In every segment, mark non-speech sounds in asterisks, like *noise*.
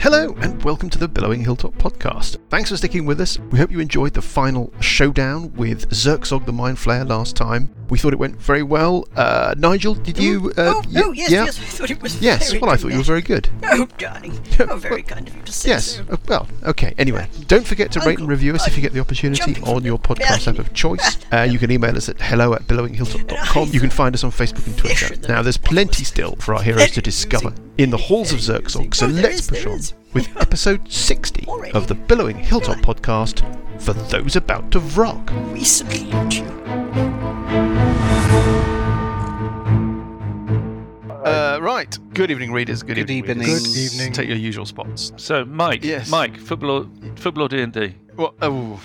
Hello, and welcome to the Billowing Hilltop podcast. Thanks for sticking with us. We hope you enjoyed the final showdown with Zerxog the Mind Flayer last time. We thought it went very well. Uh, Nigel, did you. Uh, oh, y- oh, yes, yeah? yes, I thought it was Yes, very well, I thought you were very good. nice. Oh, darling. well- Oh, very kind of you to say Yes, so. uh, well, okay. Anyway, don't forget to rate and Uncle, review us if you get the opportunity jumping on from your the podcast app balcony. of *laughs* choice. Uh, you can email us at hello at billowinghilltop.com. You can find us on Facebook and Twitter. Now, there's plenty still for our heroes to discover in the halls of Zerxog, so Oh, there let's is, there push on is. *laughs* with episode 60 of the Billowing Hilltop podcast for those about to rock. We salute you. Uh, right. Good evening, readers. Good, Good evening. evening. readers. Good evening. Take your usual spots. So, Mike, Yes. Mike, football, football D and D Well, oh,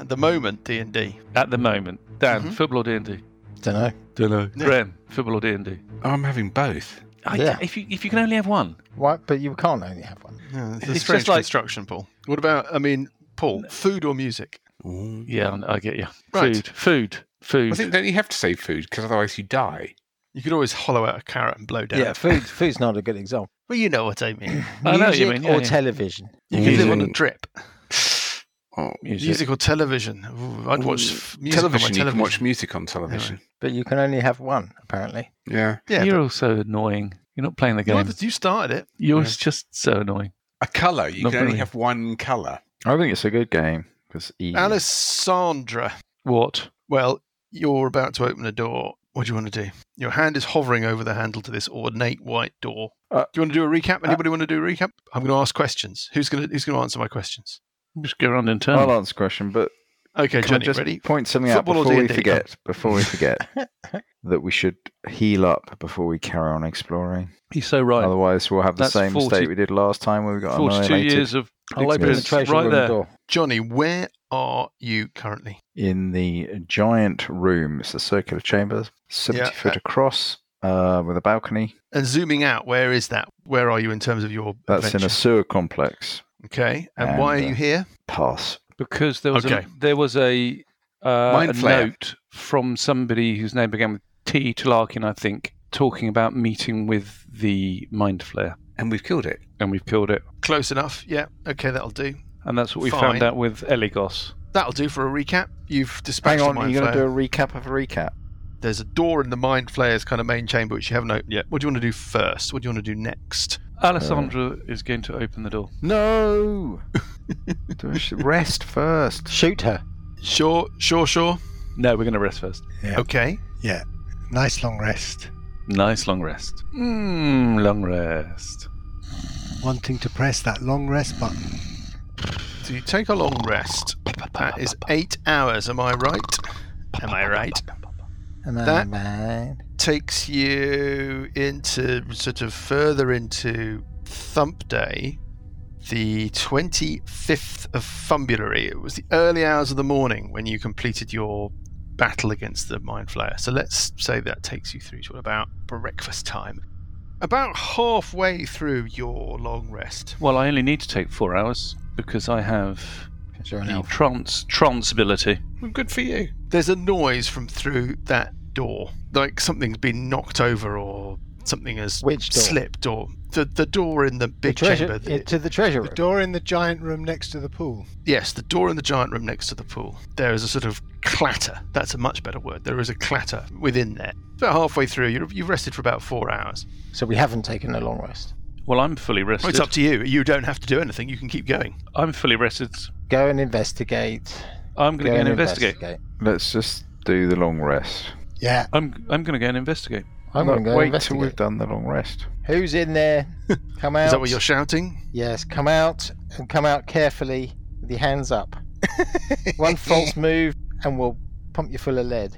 at the moment, D and D. at the moment. Dan, football D and D. Don't know. Don't know. Graham, football D and D. Oh, I'm having both. Yeah. If you if you can only have one, Why? But you can't only have one. Yeah, it's a It's strange just like- construction, Paul. What about? I mean, Paul, food or music? yeah, I- I get you. Right. Food, food, food. I think don't you have to say food because otherwise you die. You could always hollow out a carrot and blow down. Yeah, food. Food's not a good example. Well, you know what I mean. I know what Music you mean, yeah, or yeah. television. You could live on a Music. drip. Oh, music. Music or television? Ooh, I'd watch Ooh, f- music on my television, You can television. watch music on television. But you can only have one, apparently. Yeah, yeah, You're but also annoying. You're not playing the you're game. the- you started it. You're just so annoying. a color. You Not can only really. have one color. I think it's a good game because easy. Alessandra, What? well, you're about to open a door. What do you want to do? Your hand is hovering over the handle to this ornate white door. Uh, do you want to do a recap? Anybody want to do a recap? I'm going to ask questions. Who's going to Who's going to answer my questions? Just go around in turn. I'll answer the question, but Okay, can I Johnny, just ready? point something out Football or before we D&D? forget? Before we forget that we should heal up before we carry on exploring. He's so right. Otherwise, we'll have the That's same 40 mistake we did last time where we got Forty-two annihilated years of I'll open the experience. treasure right there. door. Johnny, where are you currently? in the giant room. It's a circular chamber, seventy Yeah, foot across, uh, with a balcony. And zooming out, where is that? Where are you in terms of your That's in a adventure? sewer complex. Okay, and, And, why are uh, you here? Pass. Because there was Okay. a, there was a, uh, Mind a flayer. note from somebody whose name began with T. Tlarkin, I think, talking about meeting with the Mind Flayer, And we've killed it. and we've killed it. Close enough. Yeah. Okay, that'll do. And that's what we Fine. found out with Eligos. That'll do for a recap. You've dispatched Hang the on, mind you're going flayer. to do a recap of a recap. There's a door in the mind flayer's kind of main chamber which you haven't opened yet. What do you want to do first? What do you want to do next? Alessandra is going to open the door. No. Do I sh- Rest first. Shoot her. Sure, sure, sure. No, we're going to rest first. Okay. Yeah. Nice long rest. Nice long rest. Mmm, long rest. Wanting to press that long rest button. So you take a long rest. That is eight hours. Am I right? Am I right? Am I That- mine? Takes you into sort of further into Thump Day, the 25th of Fumbulary. It was the early hours of the morning when you completed your battle against the Mind Flayer. So let's say that takes you through to about breakfast time. About halfway through your long rest. Well, I only need to take four hours because I have 'Cause you're an the elf. trance trance ability. Well, good for you. there's a noise from through that door, like something's been knocked over or something has Which door? slipped, or the the door in the The big treasure, chamber. it- to the treasure The room. door in the giant room next to the pool. yes, the door in the giant room next to the pool. There is a sort of clatter. That's a much better word. There is a clatter within there. About halfway through, you're, you've rested for about four hours. So we haven't taken a long rest. Well, I'm fully Well, rested. it's up to you. You don't have to do anything. You can keep going. I'm fully rested. Go and investigate. I'm going to go and investigate. Let's just do the long rest. Yeah. I'm I'm going to go and investigate. I'm going to No, go wait till we've investigate. done the long rest. Who's in there? Come out. Is that what you're shouting? Yes, come out and come out carefully with your hands up. One false move and we'll pump you full of lead.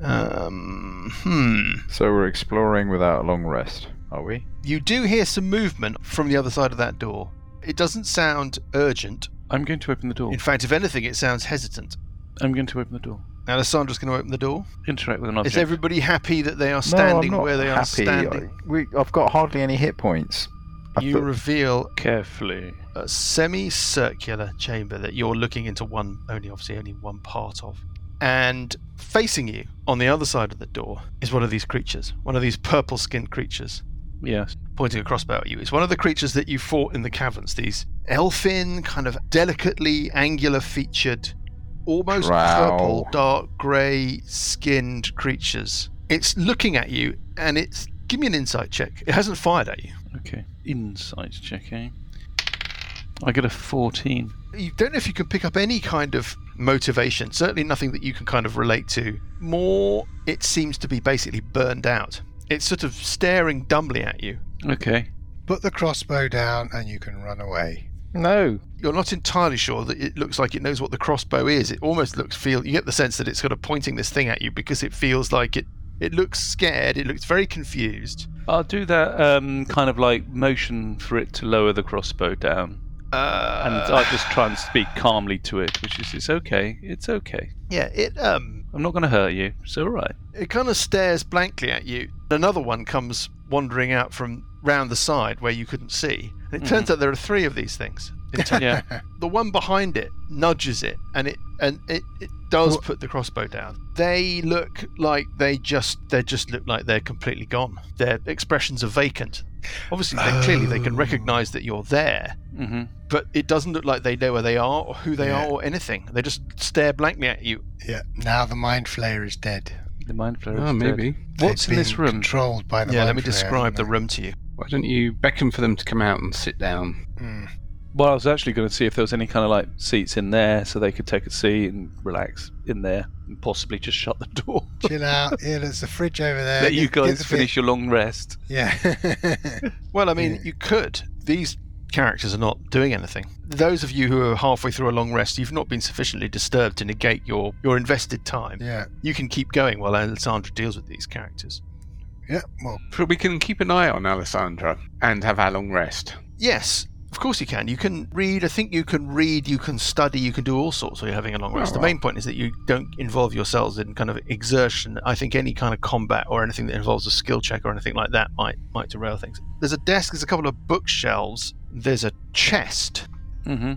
Um, hmm. So we're exploring without a long rest, are we? You do hear some movement from the other side of that door. It doesn't sound urgent. I'm going to open the door. In fact, if anything, it sounds hesitant. I'm going to open the door. Alessandra's going to open the door. Interact with an object. Is everybody happy that they are no, standing I'm not where they happy. are standing? I, we, I've got hardly any hit points. I You thought- reveal carefully? a semicircular chamber that you're looking into one, only obviously only one part of. And facing you on the other side of the door is one of these creatures, one of these purple skinned creatures. Yes. pointing a crossbow at you. It's one of the creatures that you fought in the caverns. These elfin, kind of delicately angular featured, almost Drow. purple, dark grey skinned creatures. It's looking at you and it's. Give me an insight check. It hasn't fired at you. Okay. Insight check, eh? I get a 14. You don't know if you can pick up any kind of motivation, certainly nothing that you can kind of relate to. More, it seems to be basically burned out. It's sort of staring dumbly at you. Okay. Put the crossbow down and you can run away. No. you're not entirely sure that it looks like it knows what the crossbow is. It almost looks feel you get the sense that it's kind of pointing this thing at you because it feels like it it looks scared, it looks very confused. I'll do that um, kind of like motion for it to lower the crossbow down. Uh, And I'll just try and speak calmly to it, which is, it's okay. It's okay. yeah, it um I'm not going to hurt you. It's all right. it kind of stares blankly at you. Another one comes wandering out from round the side where you couldn't see. And it turns out there are three of these things. *laughs* in total. Yeah. the one behind it nudges it and it and it, it does put the crossbow down they look like they just they just look like they're completely gone their expressions are vacant obviously they clearly they can Oh. recognize that you're there hmm but it doesn't look like they know where they are or who they Yeah. are or anything they just stare blankly at you Yeah, now the mind flayer is dead. The mind flare Oh, is dead. maybe. What's Ah, They've in been this room? Controlled by the yeah let mind me flayer, describe the haven't room to you Why don't you beckon for them to come out and sit down? they? Mm. Well, I was actually going to see if there was any kind of like seats in there so they could take a seat and relax in there and possibly just shut the door. *laughs* Chill out. Yeah, there's the fridge over Uh, there. Let you Get- get guys the finish your long rest. bit- Yeah. *laughs* Well, I mean, Yeah. you could. These characters are not doing anything. Those of you who are halfway through a long rest, you've not been sufficiently disturbed to negate your, your invested time. yeah. You can keep going while Alessandra deals with these characters. Yeah. Well, But we can keep an eye on Alessandra and have our long rest. Yes, of course you can. You can read. I think you can read, you can study, you can do all sorts while you're having a long rest. The main point is that you don't involve yourselves in kind of exertion. I think any kind of combat or anything that involves a skill check or anything like that might, might derail things. There's a desk, there's a couple of bookshelves, there's a chest. hmm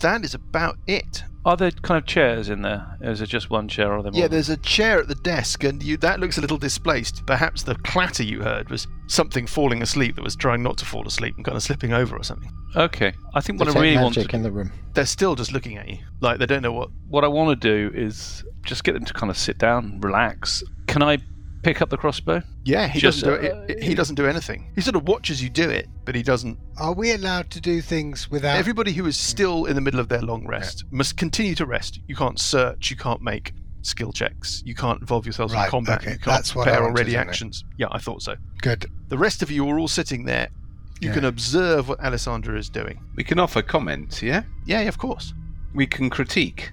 That is about it. Are there kind of chairs in there? Or is it just one chair or are there more? Yeah, there's a chair at the desk, and you that looks a little displaced. Perhaps the clatter you heard was something falling asleep that was trying not to fall asleep and kind of slipping over or something. Okay. I think what Detect I really want magic to in the room. They're still just looking at you, like they don't know what. what I want to do is just get them to kind of sit down, relax. Can I pick up the crossbow? Yeah, he Just, doesn't do uh, it, it- He doesn't do anything. He sort of watches you do it, but he doesn't. are we allowed to do things without? Everybody who is still in the middle of their long rest must continue to rest. You can't search. You can't make skill checks. You can't involve yourselves in Right, combat. okay, You can't that's what I prepare wanted, already isn't it? actions. Yeah, I thought so. Good. The rest of you are all sitting there. You Yeah. can observe what Alessandra is doing. We can offer comments, yeah? Yeah, yeah, of course. We can critique.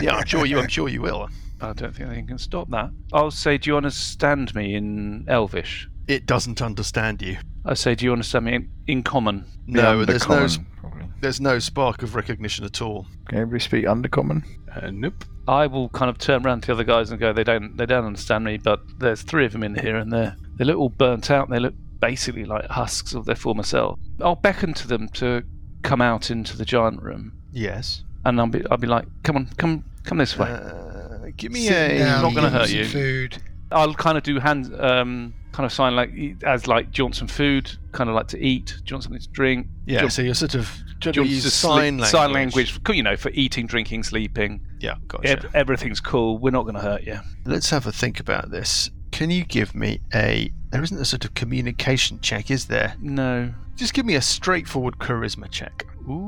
yeah, I'm sure you. I'm sure you will. I don't think anything can stop that. I'll say, do you understand me in Elvish? It doesn't understand you. I say, do you understand me in, in common? No, Undercommon, there's no. s- probably. There's no spark of recognition at all. Can everybody speak undercommon? Uh, nope. I will kind of turn around to the other guys and go, they don't, they don't understand me, but there's three of them in here, and they're they look all burnt out. And they look basically like husks of their former self. I'll beckon to them to come out into the giant room, Yes. and I'll be, I'll be like, come on, come, come this way. Uh, give me Sitting a. down, not gonna eating hurt some you. Food. I'll kind of do hand, um, kind of sign like as like, do you want some food? Kind of like to eat? Do you want something to drink? Yeah. Do you- so you're sort of. Do Do you you want use to sign sleep- language? sign language, you know, for eating, drinking, sleeping. Yeah. Gotcha. Ev- everything's cool. We're not going to hurt you. Let's have a think about this. Can you give me a? There isn't a sort of communication check, is there? No. Just give me a straightforward charisma check.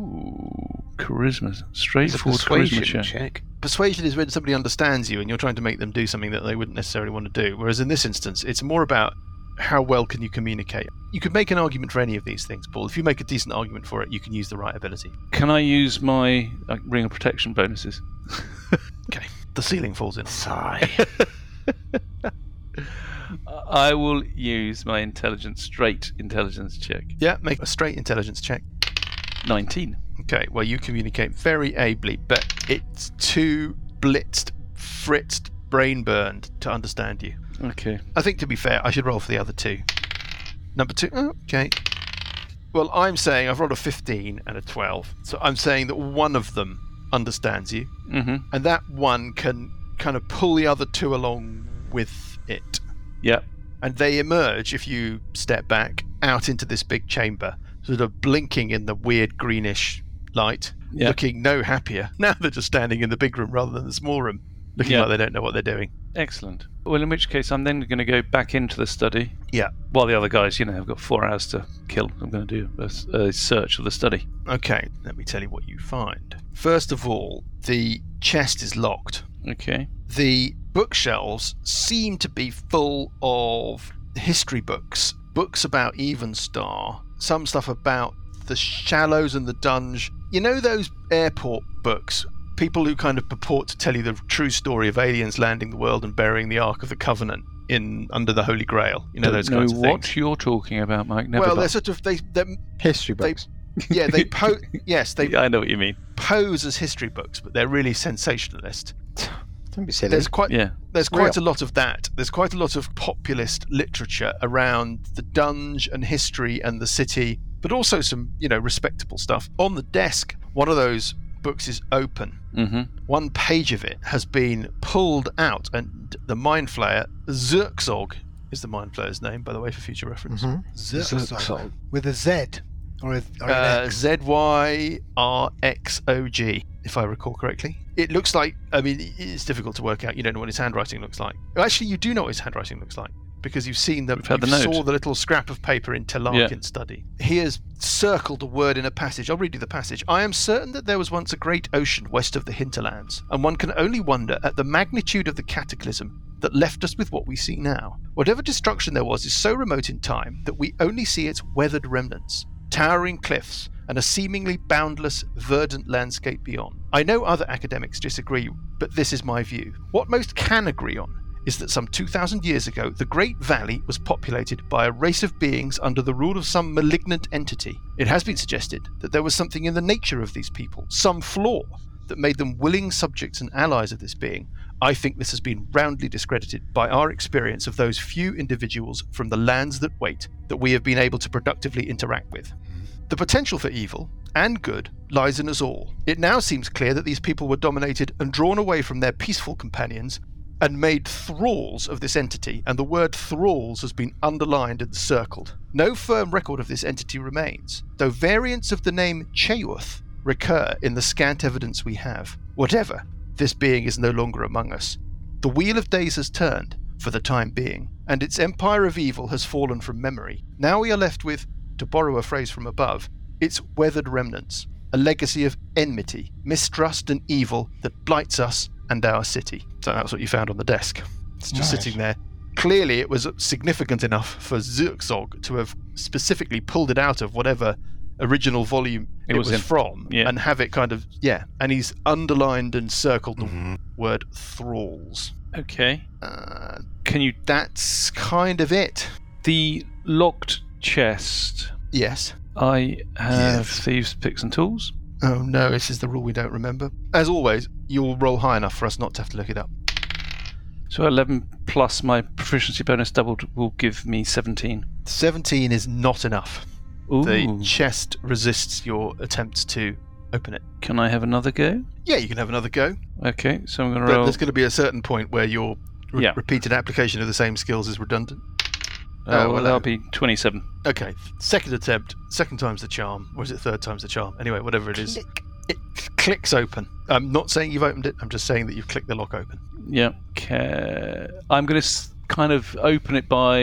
Ooh, charisma, It's a straightforward persuasion charisma check. check. persuasion is when somebody understands you and you're trying to make them do something that they wouldn't necessarily want to do. Whereas in this instance, it's more about how well can you communicate. You could make an argument for any of these things, Paul. If you make a decent argument for it, you can use the right ability. Can I use my like, ring of protection bonuses? The ceiling falls in. Sigh. I will use my intelligence, straight intelligence check. Yeah, make a straight intelligence check. Nineteen. Okay, well, you communicate very ably, but it's too blitzed, fritzed, brain burned to understand you. Okay. I think to be fair, I should roll for the other two. Number two, oh, okay. Well, I'm saying I've rolled a 15 and a 12, so I'm saying that one of them understands you, Mm-hmm. and that one can kind of pull the other two along with it. Yep. and they emerge, if you step back, out into this big chamber, sort of blinking in the weird greenish light, Yeah. looking no happier. *laughs* Now they're just standing in the big room rather than the small room, looking Yeah. like they don't know what they're doing. Excellent. Well, in which case, I'm then going to go back into the study. Yeah. While the other guys, you know, have got four hours to kill, I'm going to do a, s- a search of the study. Okay, let me tell you what you find. First of all, the chest is locked. Okay. the bookshelves seem to be full of history books, books about Evenstar, some stuff about the shallows and the dunge. You know those airport books? People who kind of purport to tell you the true story of aliens landing the world and burying the Ark of the Covenant in under the Holy Grail. You know Don't those kinds of what things. you're talking about, Mike. Never well, mind. they're sort of they, they're, History They- books. yeah, *laughs* they po- yes, they Yeah, I know what you mean. pose as history books, but they're really sensationalist. Don't be silly. There's quite Yeah. there's quite a lot of that. There's quite a lot of populist literature around the dunge and history and the city, but also some, you know, respectable stuff. On the desk, one of those books is open. Mm-hmm. One page of it has been pulled out, and the Mind Flayer, Zerkzog, is the Mind Flayer's name, by the way, for future reference. Mhm. Zerxol. With a Z or, a, or an Uh, X. Z Y R X O G, if I recall correctly. It looks like, I mean, i- it's difficult to work out. You don't know what his handwriting looks like. Well, Actually, you do know what his handwriting looks like because you've seen the, We've had you the note. saw the little scrap of paper in Telarkin's study. He has circled a word in a passage. I'll read you the passage. I am certain that there was once a great ocean west of the hinterlands, and one can only wonder at the magnitude of the cataclysm that left us with what we see now. Whatever destruction there was is so remote in time that we only see its weathered remnants towering cliffs, and a seemingly boundless, verdant landscape beyond. I know other academics disagree, but this is my view. What most can agree on is that some 2,000 years ago, the Great Valley was populated by a race of beings under the rule of some malignant entity. It has been suggested that there was something in the nature of these people, some flaw, that made them willing subjects and allies of this being. I think this has been roundly discredited by our experience of those few individuals from the lands that wait that we have been able to productively interact with. The potential for evil and good lies in us all. It now seems clear that these people were dominated and drawn away from their peaceful companions and made thralls of this entity, and the word thralls has been underlined and circled. No firm record of this entity remains, though variants of the name Cheyuth recur in the scant evidence we have. Whatever, this being is no longer among us. The wheel of days has turned, for the time being, and its empire of evil has fallen from memory. Now we are left with, to borrow a phrase from above, its weathered remnants, a legacy of enmity, mistrust, and evil that blights us and our city. So that's what you found on the desk. It's just Nice. sitting there. Clearly, it was significant enough for Zurkzog to have specifically pulled it out of whatever original volume It it, was was, in. from Yeah. and have it kind of, yeah. And he's underlined and circled the word thralls. Okay. Uh, Can you that's kind of it. the locked chest? Yes. I have Yes. thieves' picks and tools. Oh no, this is the rule we don't remember. As always, you'll roll high enough for us not to have to look it up. So 11 plus my proficiency bonus doubled will give me 17. 17 is not enough. Ooh. The chest resists your attempts to open it. Can I have another go? Yeah, you can have another go, Okay, so I'm going to but roll. there's going to be a certain point where your re- Yeah. repeated application of the same skills is redundant. oh, well, well, that'll that- be 27. Okay, second attempt, second time's the charm, or is it third time's the charm? Anyway, whatever it is, it clicks open. I'm not saying you've opened it. I'm just saying that you've clicked the lock open. Yeah. Okay. I'm going to s- kind of open it *laughs* by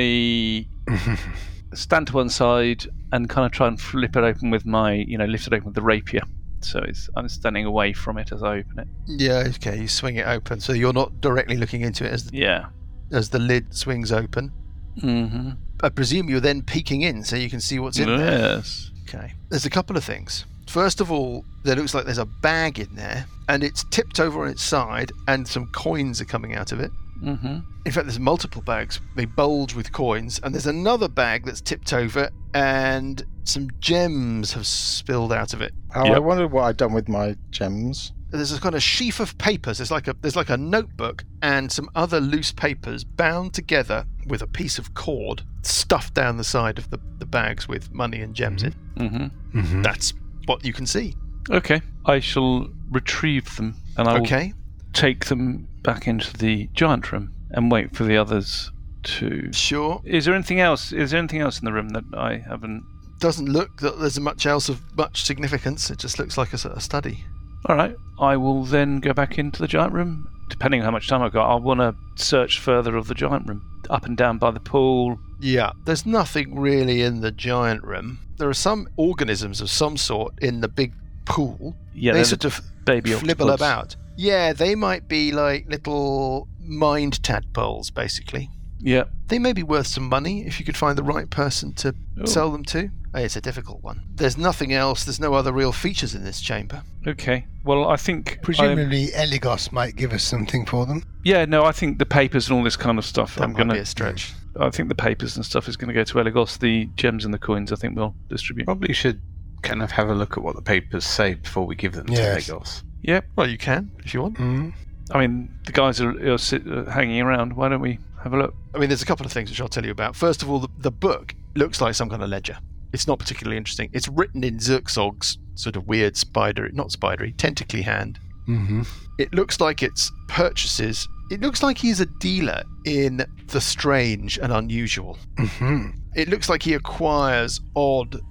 stand to one side and kind of try and flip it open with my, you know, lift it open with the rapier. So it's, I'm standing away from it as I open it. Yeah, okay. You swing it open, so you're not directly looking into it as the, Yeah. as the lid swings open. Mm-hmm. I presume you're then peeking in, so you can see what's in there. Yes. Okay. There's a couple of things. First of all, there looks like there's a bag in there, and it's tipped over on its side, and some coins are coming out of it. Mm-hmm. In fact, there's multiple bags. They bulge with coins, and there's another bag that's tipped over, and some gems have spilled out of it. Oh, I Yep. wondered what I'd done with my gems. There's a kind of sheaf of papers. There's like a there's like a notebook and some other loose papers bound together with a piece of cord stuffed down the side of the, the bags with money and gems in. Mm-hmm. That's what you can see. Okay. I shall retrieve them and I will Okay. take them back into the giant room and wait for the others two. Sure. Is there anything else? Is there anything else in the room that I haven't? Doesn't look that there's much else of much significance. It just looks like a, s- a study. All right. I will then go back into the giant room. Depending on how much time I've got, I want to search further of the giant room, up and down by the pool. Yeah, there's nothing really in the giant room. There are some organisms of some sort in the big pool. Yeah, they they're sort the of baby flibble octopus. about. Yeah, they might be like little mind tadpoles, basically. Yeah. They may be worth some money if you could find the right person to Oh, sell them to. Eh, It's a difficult one. There's nothing else. There's no other real features in this chamber. Oh, Okay. Well, I think I'm- Presumably, Eligos might give us something for them. Yeah, no, I think the papers and all this kind of stuff. That I'm might gonna. be a stretch. I think the papers and stuff is going to go to Eligos. The gems and the coins, I think, we'll distribute. Probably should kind of have a look at what the papers say before we give them Yes. to Lagos. Yep. Well, you can if you want. Mm. I mean, the guys are, are sit, uh, hanging around. Why don't we have a look? I mean, there's a couple of things which I'll tell you about. First of all, the, the book looks like some kind of ledger. It's not particularly interesting. It's written in Zerxog's sort of weird spider, not spidery, tentacly hand. hmm It looks like it's purchases. It looks like he's a dealer in the strange and unusual. hmm It looks like he acquires odd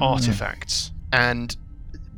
artifacts and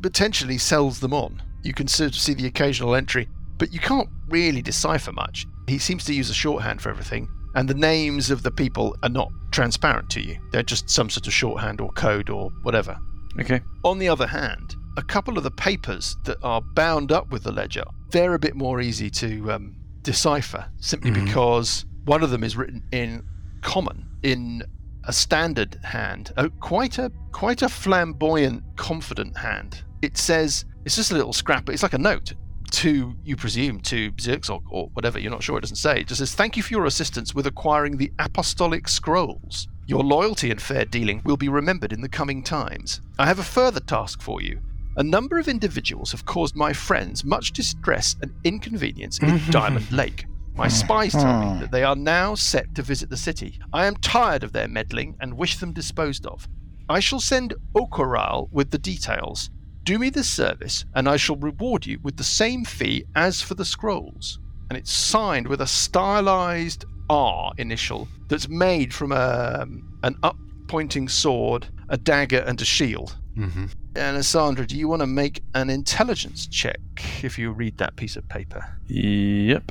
potentially sells them on. You can sort of see the occasional entry, but you can't really decipher much. He seems to use a shorthand for everything, and the names of the people are not transparent to you. They're just some sort of shorthand or code or whatever. Okay. On the other hand, a couple of the papers that are bound up with the ledger, they're a bit more easy to um, decipher simply Mhm. because one of them is written in common, in a standard hand, a, quite a quite a flamboyant, confident hand. It says it's just a little scrap, but it's like a note to you presume to Zirkzog or whatever. You're not sure. It doesn't say. It just says thank you for your assistance with acquiring the apostolic scrolls. Your loyalty and fair dealing will be remembered in the coming times. I have a further task for you. A number of individuals have caused my friends much distress and inconvenience in Diamond Lake. My spies tell me that they are now set to visit the city. I am tired of their meddling and wish them disposed of. I shall send Okoral with the details. Do me this service, and I shall reward you with the same fee as for the scrolls. And it's signed with a stylized R initial that's made from a, an up pointing sword, a dagger, and a shield. hmm And Alessandra, do you want to make an intelligence check if you read that piece of paper? Yep.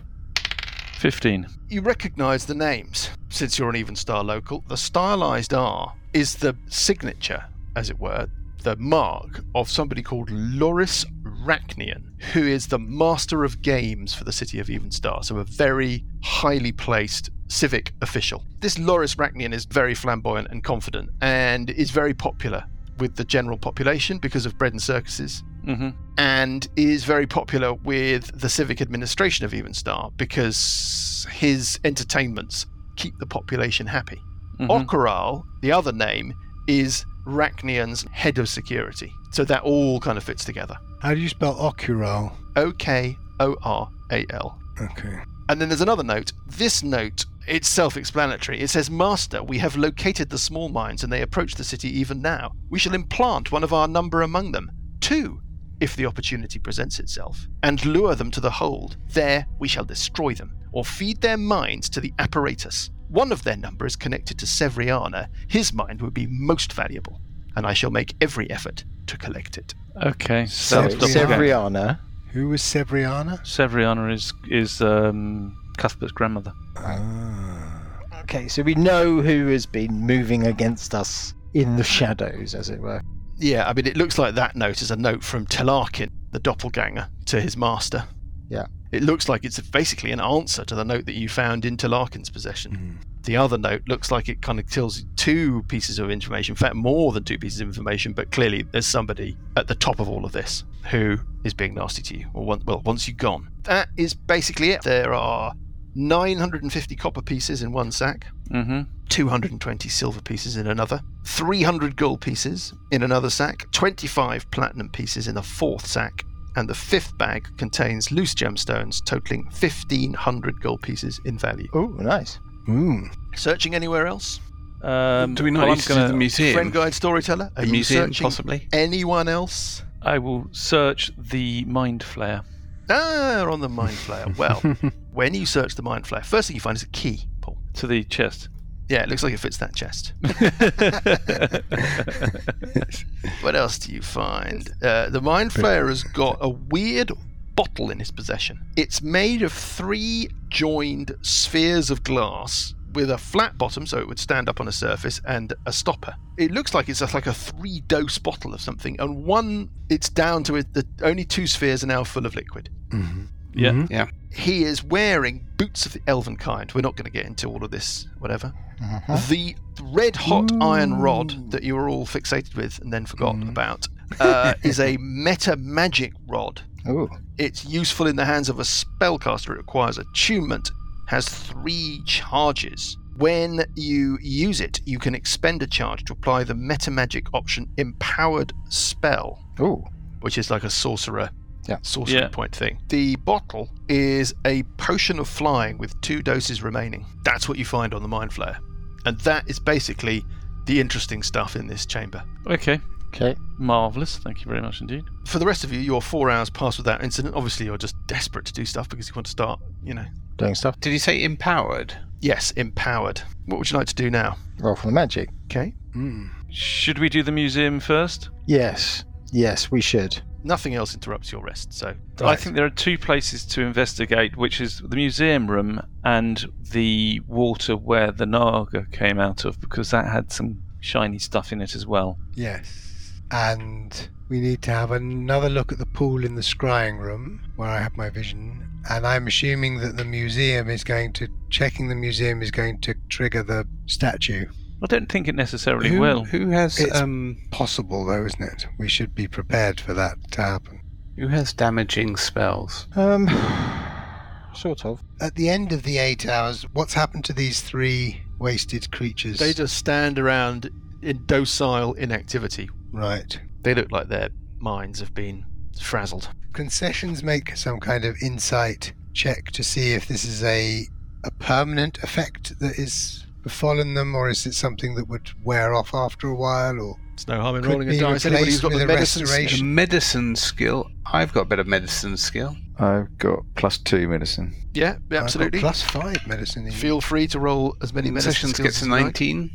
Fifteen. You recognize the names since you're an Even Star local. The stylized R is the signature, as it were, the mark of somebody called Loris Rachnian, who is the master of games for the city of Evenstar, so a very highly placed civic official. This Loris Rachnian is very flamboyant and confident and is very popular with the general population because of bread and circuses. Mm-hmm. and is very popular with the civic administration of Evenstar because his entertainments keep the population happy. Mhm. Okoral, the other name, is Rachnian's head of security. So that all kind of fits together. How do you spell Ocural? O K O R A L. Okay. And then there's another note. This note, it's self explanatory. It says, Master, we have located the small mines and they approach the city even now. We shall implant one of our number among them, two, if the opportunity presents itself, and lure them to the hold. There we shall destroy them, or feed their minds to the apparatus. One of their number is connected to Sevriana. His mind would be most valuable, and I shall make every effort to collect it. Okay. So, So, Sev- so Sevriana. Who was Sevriana? Severiana is is um, Cuthbert's grandmother. Ah. Okay, so we know who has been moving against us in the shadows, as it were. Yeah, I mean, it looks like that note is a note from Telarkin, the doppelganger, to his master. Yeah. It looks like it's basically an answer to the note that you found in Telarkin's possession. The other note looks like it kind of tells you two pieces of information, in fact, more than two pieces of information, but clearly there's somebody at the top of all of this who is being nasty to you, or want, well, once you've gone. That is basically it. There are 950 copper pieces in one sack. Mm-hmm. 220 silver pieces in another, 300 gold pieces in another sack, 25 platinum pieces in the fourth sack, and the fifth bag contains loose gemstones totaling 1500 gold pieces in value. Oh, nice. Mm. Searching anywhere else? Um, Do we not well, I'm need to do gonna- the museum? Friend guide storyteller? Are the you museum, searching possibly? anyone else? I will search the mind flare. *laughs* Ah, on the mind flayer. Well, when you search the mind flayer, first thing you find is a key, Paul. to the chest. Yeah, it looks like it fits that chest. What else do you find? Uh, the Mind Flayer has got a weird bottle in his possession. It's made of three joined spheres of glass with a flat bottom, so it would stand up on a surface, and a stopper. It looks like it's just like a three-dose bottle of something, and one it's down to it. The only two spheres are now full of liquid. yeah. Mhm. He is wearing boots of the elven kind. We're not going to get into all of this, whatever. The red hot iron rod that you were all fixated with and then forgot about uh, is a meta magic rod. Ooh. It's useful in the hands of a spellcaster. It requires attunement, has three charges. When you use it, you can expend a charge to apply the meta magic option Empowered Spell Ooh. which is like a sorcerer Yeah. sorcery Yeah. point thing. The bottle is a potion of flying with two doses remaining. That's what you find on the mind flare. And that is basically the interesting stuff in this chamber. Okay. Okay. Marvelous. Thank you very much indeed. For the rest of you, you're four hours past without incident. Obviously, you're just desperate to do stuff because you want to start, you know. Doing stuff. Did he say empowered? Yes, empowered. What would you like to do now? Roll for the magic. Okay. Mm-hmm. Should we do the museum first? Yes. Yes, we should. Nothing else interrupts your rest, so. I think there are two places to investigate, which is the museum room and the water where the Naga came out of, because that had some shiny stuff in it as well. Yes. And we need to have another look at the pool in the scrying room where I have my vision. And I'm assuming that the museum is going to checking the museum is going to trigger the statue. I don't think it necessarily who, will. who has It's- um Possible though, isn't it? We should be prepared for that to happen. who has damaging spells? Um, sort of. At the end of the eight hours, what's happened to these three wasted creatures? They just stand around in docile inactivity. right. They look like their minds have been frazzled. concessions make some kind of insight check to see if this is a a permanent effect that is befallen them or is it something that would wear off after a while or It's no harm in Could rolling a be dice. Anybody who's replaced got the with a medicine skill- restoration. A medicine skill. I've got better medicine skill. *sighs* I've got plus two medicine. *laughs* Yeah, yeah, I've got absolutely. plus five medicine in you. Feel free to roll as many medicine Concessions skills gets as a you like. nineteen.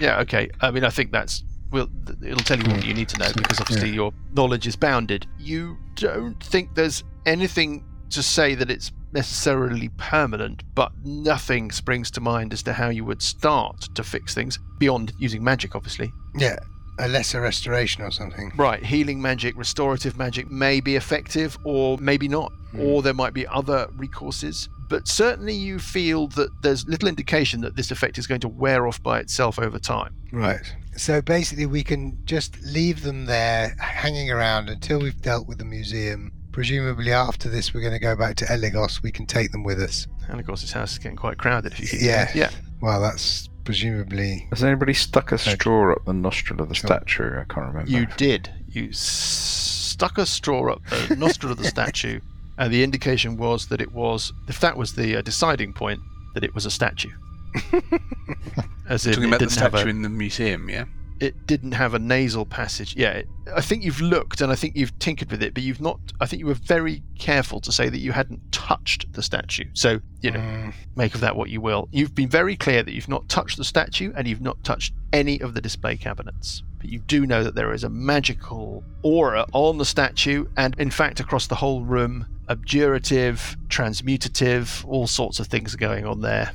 Yeah, okay. I mean, I think that's. Well, th- it'll tell you what you need to know because obviously your knowledge is bounded. You don't think there's anything to say that it's necessarily permanent, but nothing springs to mind as to how you would start to fix things beyond using magic, obviously. yeah a lesser restoration or something Right, healing magic, restorative magic may be effective or maybe not, Hmm. or there might be other recourses. But certainly you feel that there's little indication that this effect is going to wear off by itself over time. right so basically we can just leave them there hanging around until we've dealt with the museum presumably after this we're going to go back to eligos we can take them with us And of course, this house is getting quite crowded. If you keep Yeah. yeah. well that's presumably Has anybody stuck a straw up the nostril of the Sure. statue? I can't remember. You did. You s- stuck a straw up *laughs* the nostril of the statue, and the indication was that it was, if that was the uh, deciding point, that it was a *laughs* statue. As in, Talking it about the didn't have a- statue in the museum, yeah. it didn't have a nasal passage. Yeah, it, I think you've looked and I think you've tinkered with it, but you've not. I think you were very careful to say that you hadn't touched the statue. So you know, Mm, make of that what you will. You've been very clear that you've not touched the statue and you've not touched any of the display cabinets. But you do know that there is a magical aura on the statue, and in fact, across the whole room, abjurative, transmutative, all sorts of things are going on there.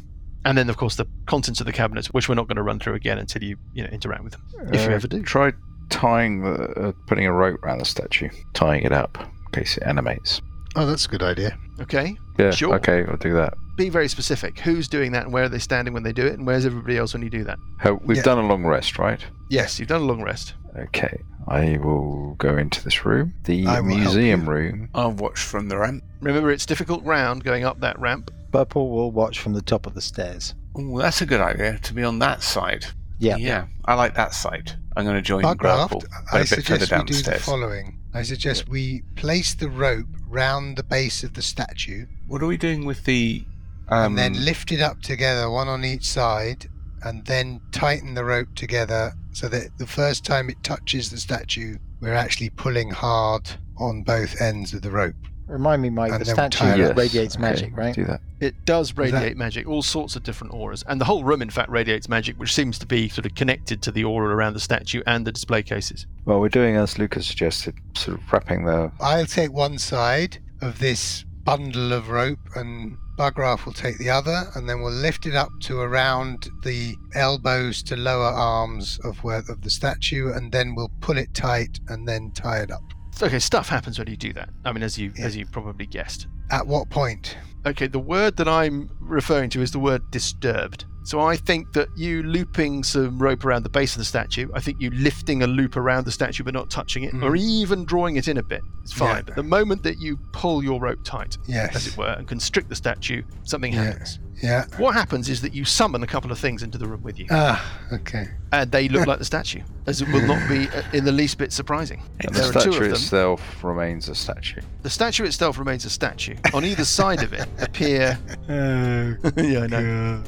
And then, of course, the contents of the cabinets, which we're not going to run through again until you, you know, interact with them. if you Uh, ever do. Try tying the, uh, putting a rope around the statue, tying it up in case it animates. oh that's a good idea Okay. Yeah. Sure. Okay, I'll do that. Be very specific. Who's doing that and where are they standing when they do it and where's everybody else when you do that? How, we've Yeah. done a long rest, right? Yes, you've done a long rest. Okay. I will go into this room, the I will help museum you. room. I'll watch from the ramp. Remember, it's difficult round going up that ramp. Purple will watch from the top of the stairs. Oh, that's a good idea to be on that side. Yeah. Yeah, I like that side. I'm going to join Grapple. Bugraft, but I a bit further suggest we do the downstairs. following. I suggest we place the rope round the base of the statue What are we doing with the? Um, and then lift it up together, one on each side, and then tighten the rope together so that the first time it touches the statue, we're actually pulling hard on both ends of the rope. Remind me, Mike, And the then statue retire. Yes, radiates okay, magic, right? Do that. It does that- radiate magic, all sorts of different auras. And the whole room, in fact, radiates magic, which seems to be sort of connected to the aura around the statue and the display cases. Well, we're doing as Lucas suggested, sort of wrapping the. I'll take one side of this bundle of rope and Bugraff will take the other and then we'll lift it up to around the elbows to lower arms of where of the statue and then we'll pull it tight and then tie it up. Okay, stuff happens when you do that. I mean, as you Yeah. as you probably guessed. At what point? Okay, the word that I'm referring to is the word disturbed. So I think that you looping some rope around the base of the statue, I think you lifting a loop around the statue but not touching it, Mm. or even drawing it in a bit, it's fine. Yeah. But the moment that you pull your rope tight, as it Yes. were, and constrict the statue, something Yeah. happens. Yeah. What happens is that you summon a couple of things into the room with you, Ah, okay. and they look like the statue, as it will not be uh, in the least bit surprising. And there the are two of statue them. itself remains a statue. The statue itself remains a statue. On either side of it *laughs* appear. Oh, yeah, I know.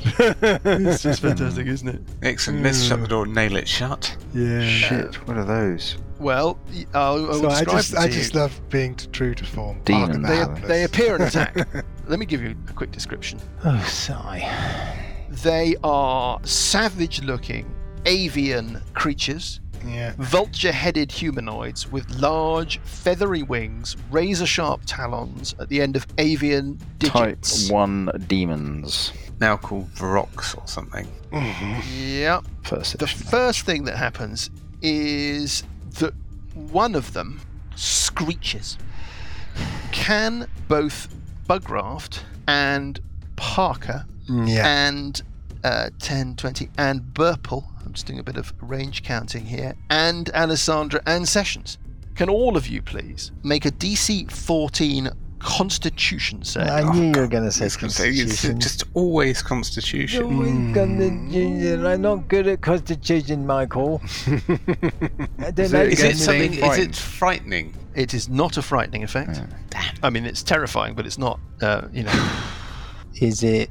It's just fantastic, isn't it? Nixon, let's shut the door and nail it shut. *laughs* Uh, yeah. Shit, what are those? Well, y- I'll, I'll So I describe just them to I you. just love being t- true to form. Demons. Hark at they, that. they appear and attack. *laughs* Let me give you a quick description. Oh, sigh. They are savage-looking avian creatures, Yeah. vulture-headed humanoids with large feathery wings, razor-sharp talons at the end of avian digits. Type 1 demons. Now called Vrox or something. Yep. First The edition. first thing that happens is that one of them screeches. Can both Bugraft and Parker Yeah. and uh, 10, 20 and Burple, I'm just doing a bit of range counting here, and Alessandra and Sessions, can all of you please make a DC 14 Constitution save? I knew you were going to say It's gonna say, it's constitution. just always Constitution. Constitution. I'm not good at constitution, Michael. I don't Is know. it- Is Yeah, it something? Is frightened. it frightening? It is not a frightening effect. I mean, it's terrifying, but it's not, uh, you know. Is it?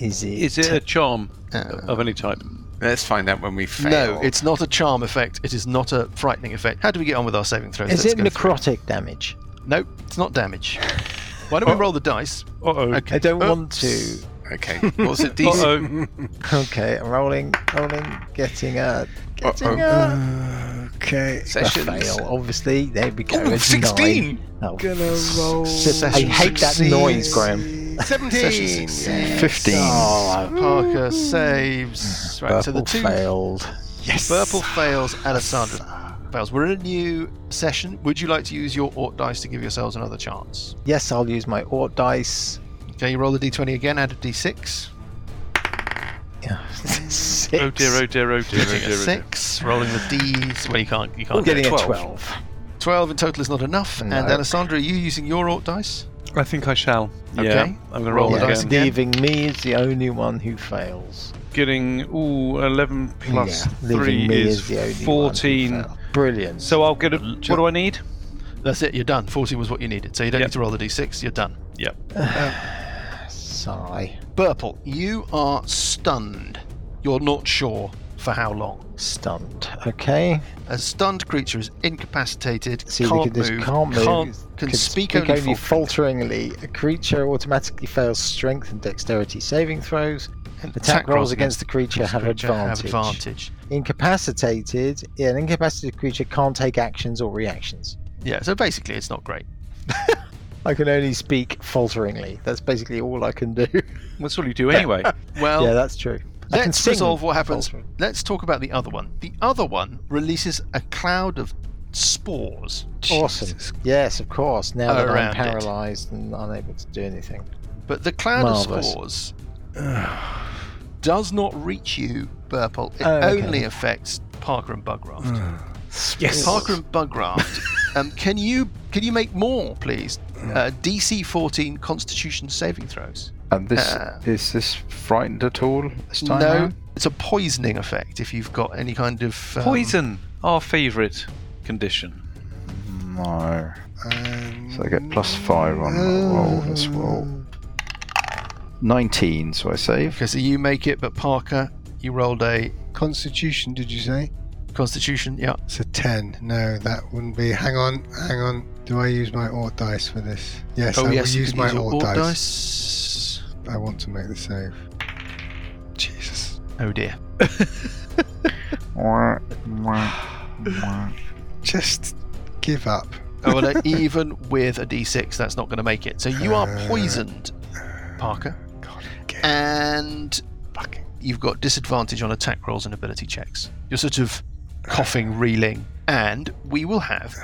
Is it? Is it a charm *laughs* uh, of any type? Let's find out when we fail. No, it's not a charm effect. It is not a frightening effect. How do we get on with our saving throws? Is Let's it go through necrotic damage? No, it's not damage. Why don't we roll the dice? Uh oh. Okay. I don't Oh, want to. Okay. What's *laughs* it? Uh DC? oh. Okay, I'm rolling, rolling, getting a, getting Okay. a, a Sessions. fail. Obviously, there we go. Ooh, it's nine. 16. Oh, Gonna roll. I hate that Succeed. noise, Graham. 17. 15. Oh, Parker saves. Right, so the two failed. yes. Purple fails, Alessandra fails. We're in a new session. Would you like to use your Ort dice to give yourselves another chance? Yes, I'll use my Ort dice. *laughs* Okay, you roll the d20 again, add a d6. Six. Oh dear, oh dear, oh dear, Getting a oh dear. Oh dear. six, rolling the d's. Well, you can't, you can't. do Getting it. a 12. 12 in total is not enough. And No. Alessandra, are you using your Ort dice? I think I shall. Yeah. Okay. I'm going to Roll roll the dice again. again. Leaving me is the only one who fails. Getting ooh 11 plus Yeah, leaving 3 me is, the only one who 14. failed. Brilliant. So I'll get a, what do I need? That's it. You're done. 14 was what you needed. So you don't Yep. need to roll the d6. You're done. Sigh. Burple, you are stunned. You're not sure for how long. Stunned. Okay. A stunned creature is incapacitated, See, can't, look at this. move, can't move. can't- can, speak, only, for- falteringly. A creature automatically fails strength and dexterity saving throws. Attack, rolls against the creature have creature advantage. Have advantage. Incapacitated. An incapacitated creature can't take actions or reactions. Yeah, so basically it's not great. I can only speak falteringly. That's basically all I can do. *laughs* That's all you do anyway. Well, yeah, that's true. I can let's sing resolve what happens. faltering. Let's talk about the other one. The other one releases a cloud of spores. Awesome. Yes, of course. Now that Oh, Around I'm it. paralyzed and unable to do anything. But the cloud Marvellous. of spores does not reach you, Burple. It Oh, okay. only affects Parker and Bugraft. Yes. Parker and Bugraft, um, can you can you make more, please? Uh, DC 14 Constitution saving throws. And this Uh, is this frightened at all this time? no, round? it's a poisoning effect. If you've got any kind of um, Poison, our favourite condition. No. Um, So I get plus five on that roll as well. Oh. 19, so I save. Okay, so you make it, but Parker, you rolled a Constitution, did you say? Constitution. Yeah, It's a 10. No, that wouldn't be. Hang on, hang on. Do I use my aught dice for this? Yes, oh I yes, will you use can my use your aught aught dice. dice. I want to make the save. Jesus. Oh dear. Wah, wah, wah. Just give up. Oh, well, no, even with a d6, that's not going to make it. So you are poisoned, Parker, Uh, God, again. and Fucking. you've got disadvantage on attack rolls and ability checks. You're sort of coughing, reeling, and we will have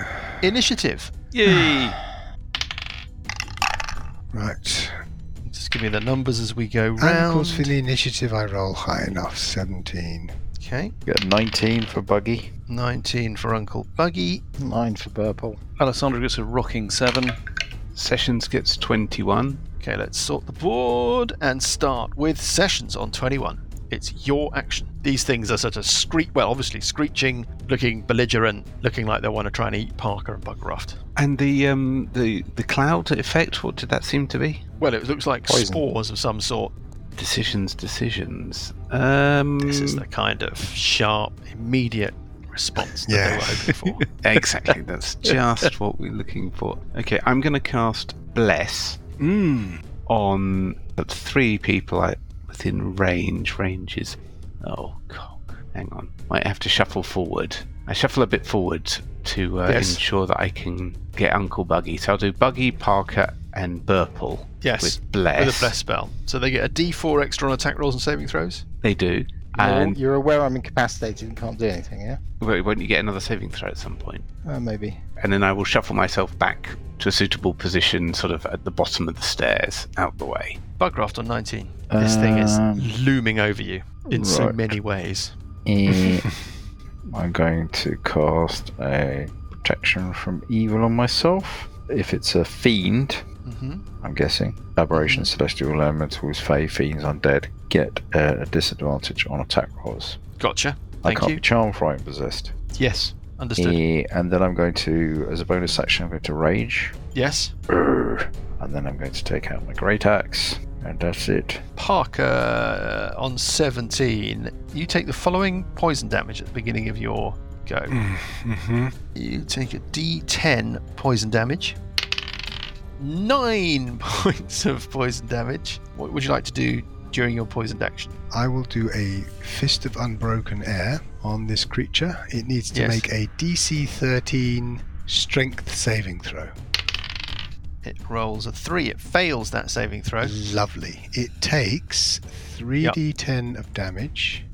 initiative. Yay! Right. Just give me the numbers as we go And of round. course, for the initiative, I roll high enough 17. Okay, Got a 19 for Buggy. 19 for Uncle Buggy. Nine for purple. Alessandra gets a rocking seven. Sessions gets 21. Okay, let's sort the board and start with sessions on 21. It's your action. These things are sort of screech, well, obviously screeching, looking belligerent, looking like they want to try and eat Parker and Buggeroft. And the um the the cloud effect, what did that seem to be? Well, it looks like Poison. spores of some sort. Decisions, decisions. Um This is the kind of sharp, immediate response that Yes. they were hoping for. Exactly, *laughs* that's just what we're looking for. Okay, I'm going to cast Bless Hmm. on three people I, within range. Range is. Oh, cock. Hang on. Might have to shuffle forward. I shuffle a bit forward to uh, Yes. ensure that I can get Uncle Buggy. So I'll do Buggy, Parker, and Burple Yes, with *laughs* With a bless spell. So they get a d4 extra on attack rolls and saving throws. They do. And And you're aware I'm incapacitated and can't do anything, yeah? wait, won't you get another saving throw at some point? Uh, maybe. and then I will shuffle myself back to a suitable position, sort of at the bottom of the stairs, out the way. Buggeroft on 19. This thing Um, is looming over you in so right. many ways. *laughs* Eh, I'm going to cast a protection from evil on myself. If it's a fiend, hmm I'm guessing. Aberration, Mm-hmm. celestial elementals, fey, fiends, undead get uh, a disadvantage on attack rolls. Gotcha. I Thank can't you. be charmed, frightened, possessed. Yes. Understood. Eh, and then I'm going to, as a bonus action, I'm going to rage. Yes. Urgh. And then I'm going to take out my great axe. And that's it. Parker uh, on 17, you take the following poison damage at the beginning of your go. Mm-hmm. You take a d10 poison damage, nine *laughs* points of poison damage. What would you like to do during your poisoned action? I will do a Fist of Unbroken Air on this creature. It needs to Yes. make a DC 13 strength saving throw. It rolls a three, it fails that saving throw. Lovely. It takes 3d10 of damage,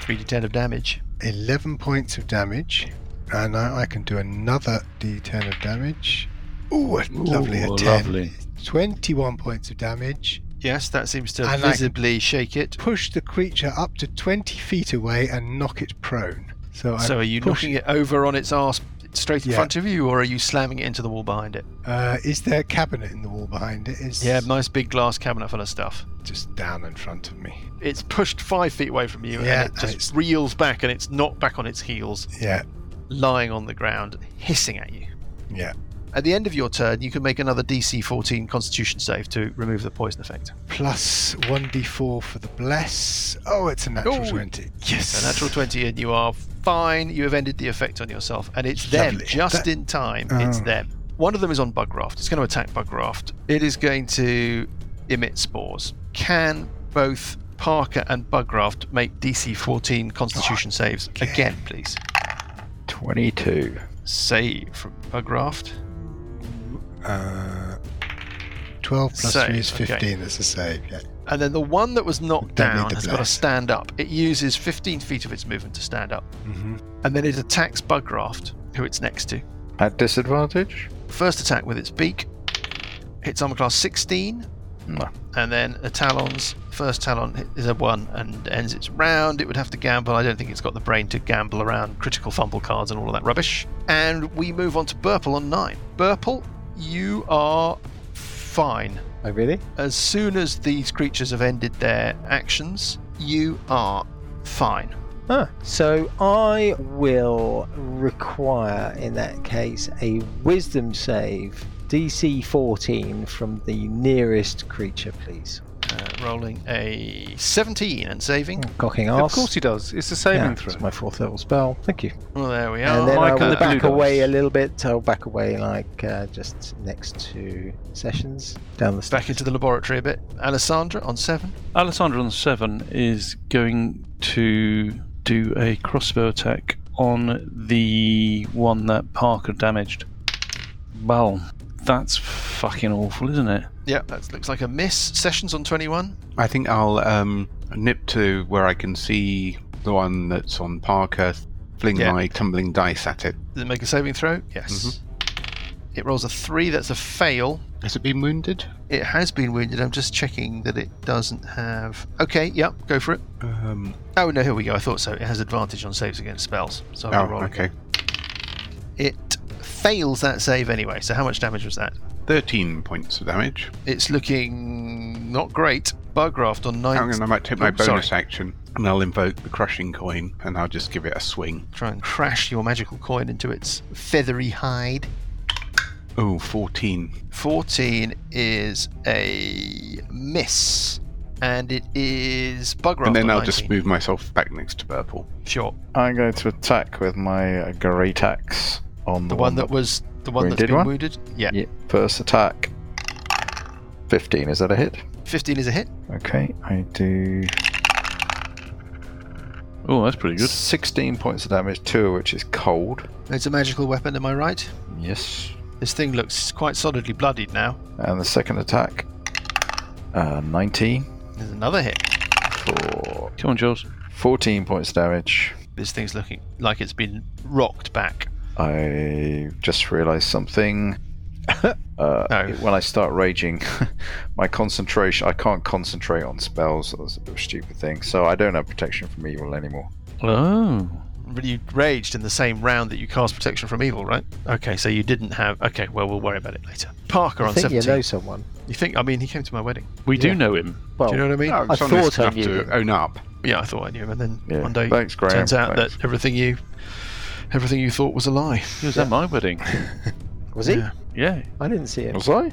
3d10 of damage. 11 points of damage, and I, I can do another d10 of damage. Ooh, a lovely a Ooh, 10. lovely. 21 points of damage. Yes, that seems to And I can- visibly shake it. Push the creature up to 20 feet away and knock it prone. So, I So are you push- knocking it over on its arse straight in Yeah. front of you, or are you slamming it into the wall behind it? Uh, is there a cabinet in the wall behind it? Is Yeah, nice big glass cabinet full of stuff. just down in front of me. it's pushed five feet away from you Yeah, and it just it's- reels back and it's knocked back on its heels, Yeah, lying on the ground, hissing at you. yeah. At the end of your turn, you can make another DC 14 Constitution save to remove the poison effect. Plus 1d4 for the bless. Oh, it's a natural Ooh. 20. Yes. A natural 20, and you are fine. You have ended the effect on yourself, and it's them Lovely. just That- in time. It's Oh. them. One of them is on Bugraft. It's going to attack Bugraft. It is going to emit spores. Can both Parker and Bugraft make DC 14 Constitution saves again, please? 22. save from Bugraft. Uh, 12 plus Save, 3 is okay. 15. That's a save. Yeah. And then the one that was knocked Don't need down the has got to bless. stand up. It uses 15 feet of its movement to stand up. Mm-hmm. And then it attacks Bugraft, who it's next to. At disadvantage? First attack with its beak. Hits armor class 16. No. And then a Talon's first Talon hit- is a 1 and ends its round. It would have to gamble. I don't think it's got the brain to gamble around critical fumble cards and all of that rubbish. And we move on to Burple on 9. Burple, you are fine. Oh, really? as soon as these creatures have ended their actions, you are fine. Ah, so I will require, in that case, a wisdom save DC 14 from the nearest creature, please. Uh, rolling a 17 and saving. Mm, Cocking Of arse. course he does. It's the saving yeah, throw. it's my fourth level spell. Thank you. Well, there we and are. then Mike I and will the blue back dice. away a little bit. I'll back away like uh, just next to sessions down the stack. Back into the laboratory a bit. Alessandra on seven. Alessandra on seven is going to do a crossbow attack on the one that Parker damaged. Well, that's fucking awful, isn't it? Yeah, that looks like a miss. Sessions on 21. I think I'll um, nip to where I can see the one that's on Parker, fling Yeah. my tumbling dice at it. Does it make a saving throw? Yes. It rolls a three. That's a fail. Has it been wounded? It has been wounded. I'm just checking that it doesn't have. Okay, yep, go for it. Um, Oh, no, here we go. I thought so. It has advantage on saves against spells. So oh, I'll roll. okay. It fails that save anyway. So how much damage was that? 13 points of damage. It's looking not great. Bugraft on nine. Hang on, I might take my Oh, sorry. bonus action and I'll invoke the crushing coin and I'll just give it a swing. Try and crash your magical coin into its feathery hide. Oh, 14. 14 is a miss. And it is Bugraft. and then on I'll just 19. move myself back next to purple. Sure. I'm going to attack with my uh, great axe on the, The one that was. The one that's Wounded been one? wounded? Yeah. Yeah, first attack. 15, is that a hit? 15 is a hit. Okay, I do Oh, that's pretty good. 16 points of damage, two of which is cold. It's a magical weapon, am I right? Yes. This thing looks quite solidly bloodied now. And the second attack, uh, 19 There's another hit. for Come on, Jules. 14 points of damage. This thing's looking like it's been rocked back. I just realised something. *laughs* uh, Oh. When I start raging, *laughs* my concentration, I can't concentrate on spells. That's a bit of a stupid thing. So I don't have protection from evil anymore. Oh. But You raged in the same round that you cast protection from evil, right? Okay, so you didn't have. Okay, well, we'll worry about it later. Parker I on think 17. you know someone. You think? I mean, he came to my wedding. We do Yeah. know him. Well, Do you know what I mean? Oh, I it's honest thought I enough knew to him. own up. Yeah, I thought I knew him. And then Yeah. one day, Thanks, Graham. turns out Thanks. that everything you. Everything you thought was a lie. He was at my wedding. was he? Yeah. Yeah. I didn't see him. Was I?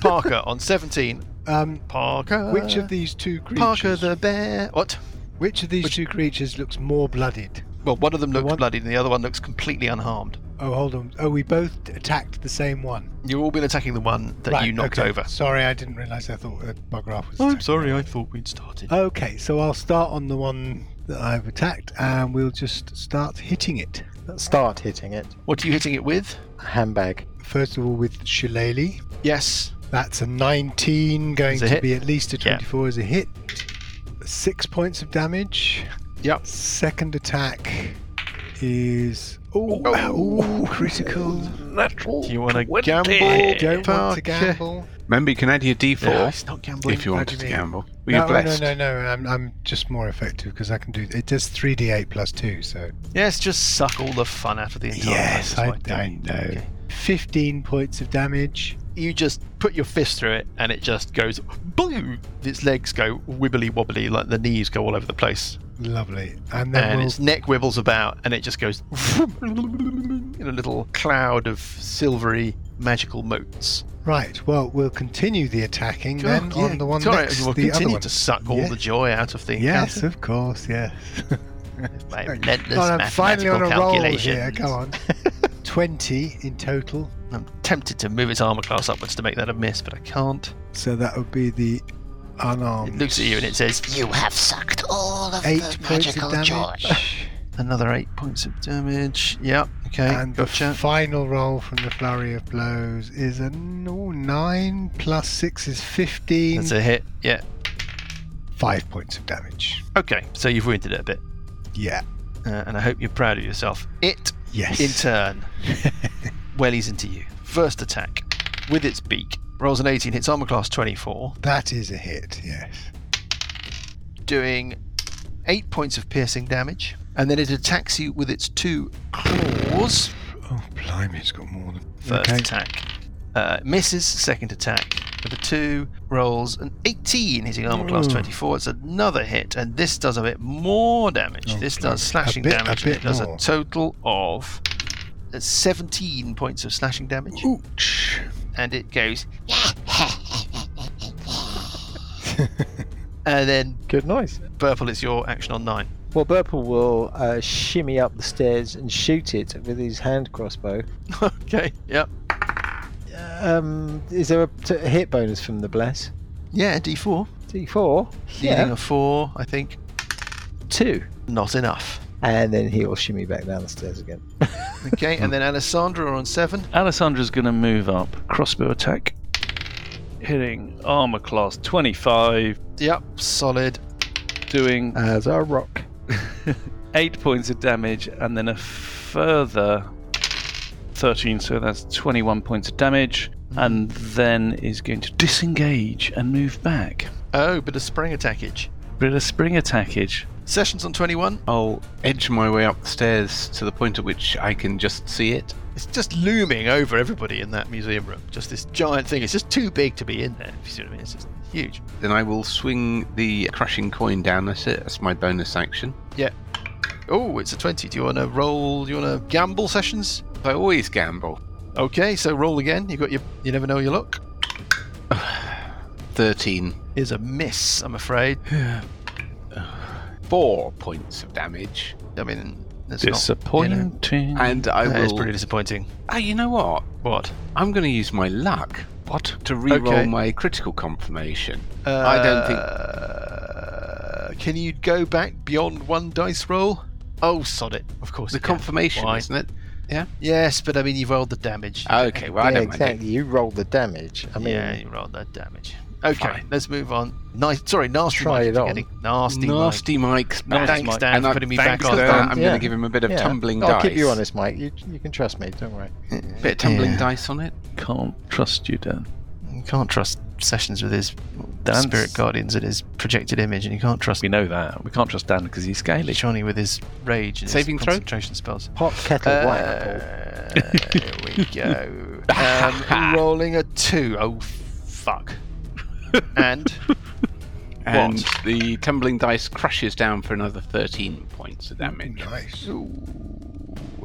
Parker on 17. Um, Parker. which of these two creatures? Uh, Parker the bear. What? Which of these two creatures looks more bloodied? Well, one of them looks one- bloodied and the other one looks completely unharmed. Oh, hold on. Oh, we both attacked the same one. You've all been attacking the one that Right, you knocked okay. over. Sorry, I didn't realise. I thought that Bugraf was. I'm attacking. sorry, I thought we'd started. Okay, so I'll start on the one that I've attacked, and we'll just start hitting it. Start hitting it. What are you hitting it with? Handbag. First of all, with Shillelagh. Yes. That's a 19, going Is to a hit? be at least a Yeah. 24 as a hit. Six points of damage. Yep. Second attack is. Oh, critical. Do you want to gamble? Don't want Parker? to gamble. Remember, you can add your d4 Yeah, it's not gambling. if you How do wanted to mean? gamble. Well, No, you're no, no, blessed. no, no. I'm, I'm just more effective because I can do. It does 3d8 plus 2, so. Yes, just suck all the fun out of the entire Yes, I, thing. That's I fine. know. 15 points of damage. You just put your fist through it and it just goes boom. Its legs go wibbly wobbly, like the knees go all over the place. Lovely. And then And we'll its neck wibbles about and it just goes *laughs* in a little cloud of silvery magical motes. Right. Well, we'll continue the attacking then God, yeah. on the one Sorry, next, we'll the other continue one. to suck all Yeah. the joy out of the Yes, encounter. of course. Yes. by Right. relentless God, I'm finally mathematical on a roll here. calculations. Come on. Twenty in total. I'm tempted to move its armor class upwards to make that a miss, but I can't. So that would be the It unarmed. looks at you and it says, You have sucked all of Eight the points of magical joy. *laughs* damage. another eight points of damage. Yep, okay, and the gotcha. final roll from the flurry of blows is a no, nine plus six is fifteen. That's a hit, yeah. Five points of damage. Okay, so you've wounded it a bit, Yeah. uh, and I hope you're proud of yourself. It, Yes. in *laughs* turn, wellies into you. First attack, with its beak, rolls an 18, hits armor class 24, that is a hit. Yes. doing eight points of piercing damage, and then it attacks you with its two claws. Oh, blimey, it's got more than. First Okay. attack. Uh, misses, second attack. With a 2, rolls an 18, hitting armor class 24. It's another hit, and this does a bit more damage. Oh, this blimey. does slashing A bit- a damage, and it bit does more. a total of uh, 17 points of slashing damage. *laughs* Ouch. And it goes, And then Good noise. Burple, it's your action on nine. *laughs* Well, Burple will uh, shimmy up the stairs and shoot it with his hand crossbow. okay. Yep. Um, is there a, t- a hit bonus from the bless? Yeah. D4. D4. Needing Yeah. a four, I think. Two. Not enough. And then he will shimmy back down the stairs again. Okay. *laughs* and then Alessandra on seven. Alessandra's going to move up. Crossbow attack. Hitting armor class 25, Yep. Solid. doing As a rock. eight points of damage, and then a further 13, so that's 21 points of damage. And then is going to disengage and move back. Oh, bit of spring attackage. Bit of spring attackage. Sessions on 21. I'll edge my way up the stairs to the point at which I can just see it. It's just looming over everybody in that museum room. Just this giant thing. It's just too big to be in there. If you see what I mean? It's just huge. Then I will swing the crashing coin down at it. That's my bonus action. Oh, it's a 20. Do you want to roll? Do you want to gamble sessions? I always gamble. Okay, so roll again. You got your. You never know your luck. 13. Is a miss, I'm afraid. Four points of damage. I mean, that's Not, Disappointing. And I you know, that is will. pretty disappointing. Ah, you know what? What? I'm going to use my luck. What? To re-roll Okay. my critical confirmation. I don't think- think. Uh, Can you go back beyond one dice roll? Oh, sod it. Of course. The you can. confirmation, Why? isn't it? Yes, but I mean, you've rolled the damage. Okay, well, I yeah, don't mind. exactly. You rolled the damage. I mean, yeah, you rolled that damage. Okay, Fine. let's move on. Nice. Sorry, nasty. Try Mike, it for on. getting- Nasty. Mike. Nasty Mike's Nasty back. Mike. Dan and for I- putting me back thanks for on. that, I'm Yeah. going to give him a bit of yeah. tumbling I'll dice. keep you honest, Mike. You, you can trust me. Don't worry. Bit of tumbling Yeah. dice on it. Can't trust you, Dan. You can't trust sessions with his Dance. spirit guardians and his projected image, and you can't trust We know that. We can't trust Dan because he's scaly. Johnny with his rage and Saving his throw? concentration spells. Hot kettle white. Paul. Uh, there we go. Um, rolling a two. Oh, fuck. And And the tumbling dice crashes down for another 13 points of damage. Nice.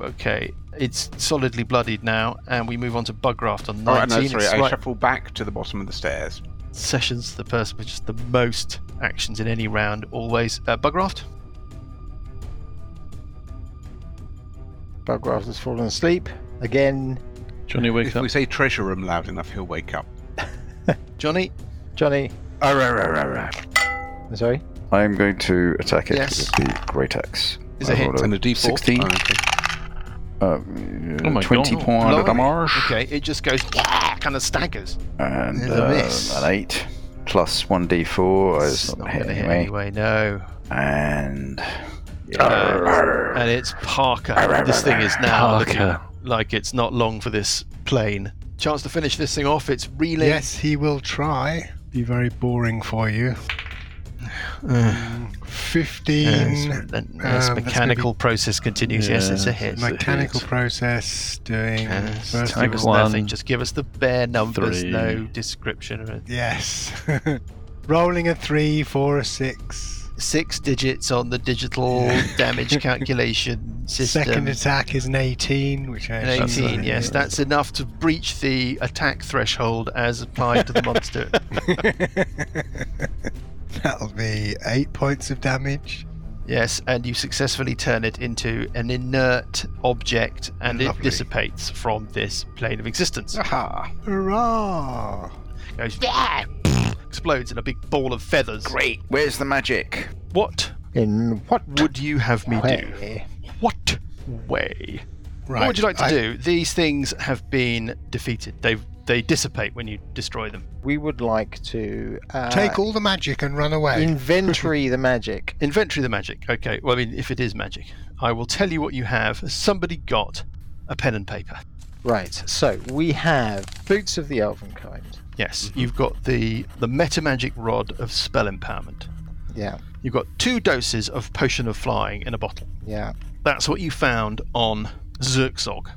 okay, it's solidly bloodied now, and we move on to Bugraft on Oh, nineteen. no, sorry, It's I right- shuffle back to the bottom of the stairs. sessions the person with just the most actions in any round. Always uh, Bugraft. Bugraft has fallen asleep. Again, Johnny, wake if up. we say treasure room loud enough, he'll wake up. Johnny. Johnny. I'm sorry. I'm going to attack it Yes. with the great axe. Is I a hit. rolled And a d4. 16. Oh, okay. Uh, my 20 God. point Oh Blimey. damage. Okay, it just goes kind of staggers. And It's a uh, miss. an 8 plus 1d4 is It's not, not going to hit gonna anyway. no. And. Uh, and it's Parker. This thing is now looking Parker. like it's not long for this plane. Chance to finish this thing off. It's reeling. Yes, he will try. Be very boring *sighs* for you. Mm, Fifteen. Yes, Uh, relentless Mm. um, that's mechanical process continues. Yes, it's a hit. mechanical process doing Yes, first give Take us of all- one. nothing. Just give us the bare numbers, Three. no description. or anything. yes *laughs* rolling a three four a six Six digits on the digital *laughs* damage calculation system. second attack is an 18 which I um, An assume 18, is- yes, that's enough to breach the attack threshold as applied *laughs* to the monster. that'll be eight points of damage Yes, and you successfully turn it into an inert object and it Lovely. dissipates from this plane of existence. Aha! hurrah Goes, *laughs* "Yeah!" explodes in a big ball of feathers. Great. Where's the magic? What In what would you have me do? way? What way? right What would you like to I- do? These things have been defeated. They they dissipate when you destroy them. We would like to uh, take all the magic and run away inventory the magic. Inventory the magic. Okay. Well, I mean, if it is magic, I will tell you what you have. Has Somebody got a pen and paper. Right. So we have boots of the elven kind. Yes, you've got the the metamagic rod of spell empowerment. Yeah. You've got two doses of potion of flying in a bottle. Yeah. That's what you found on Zerxog.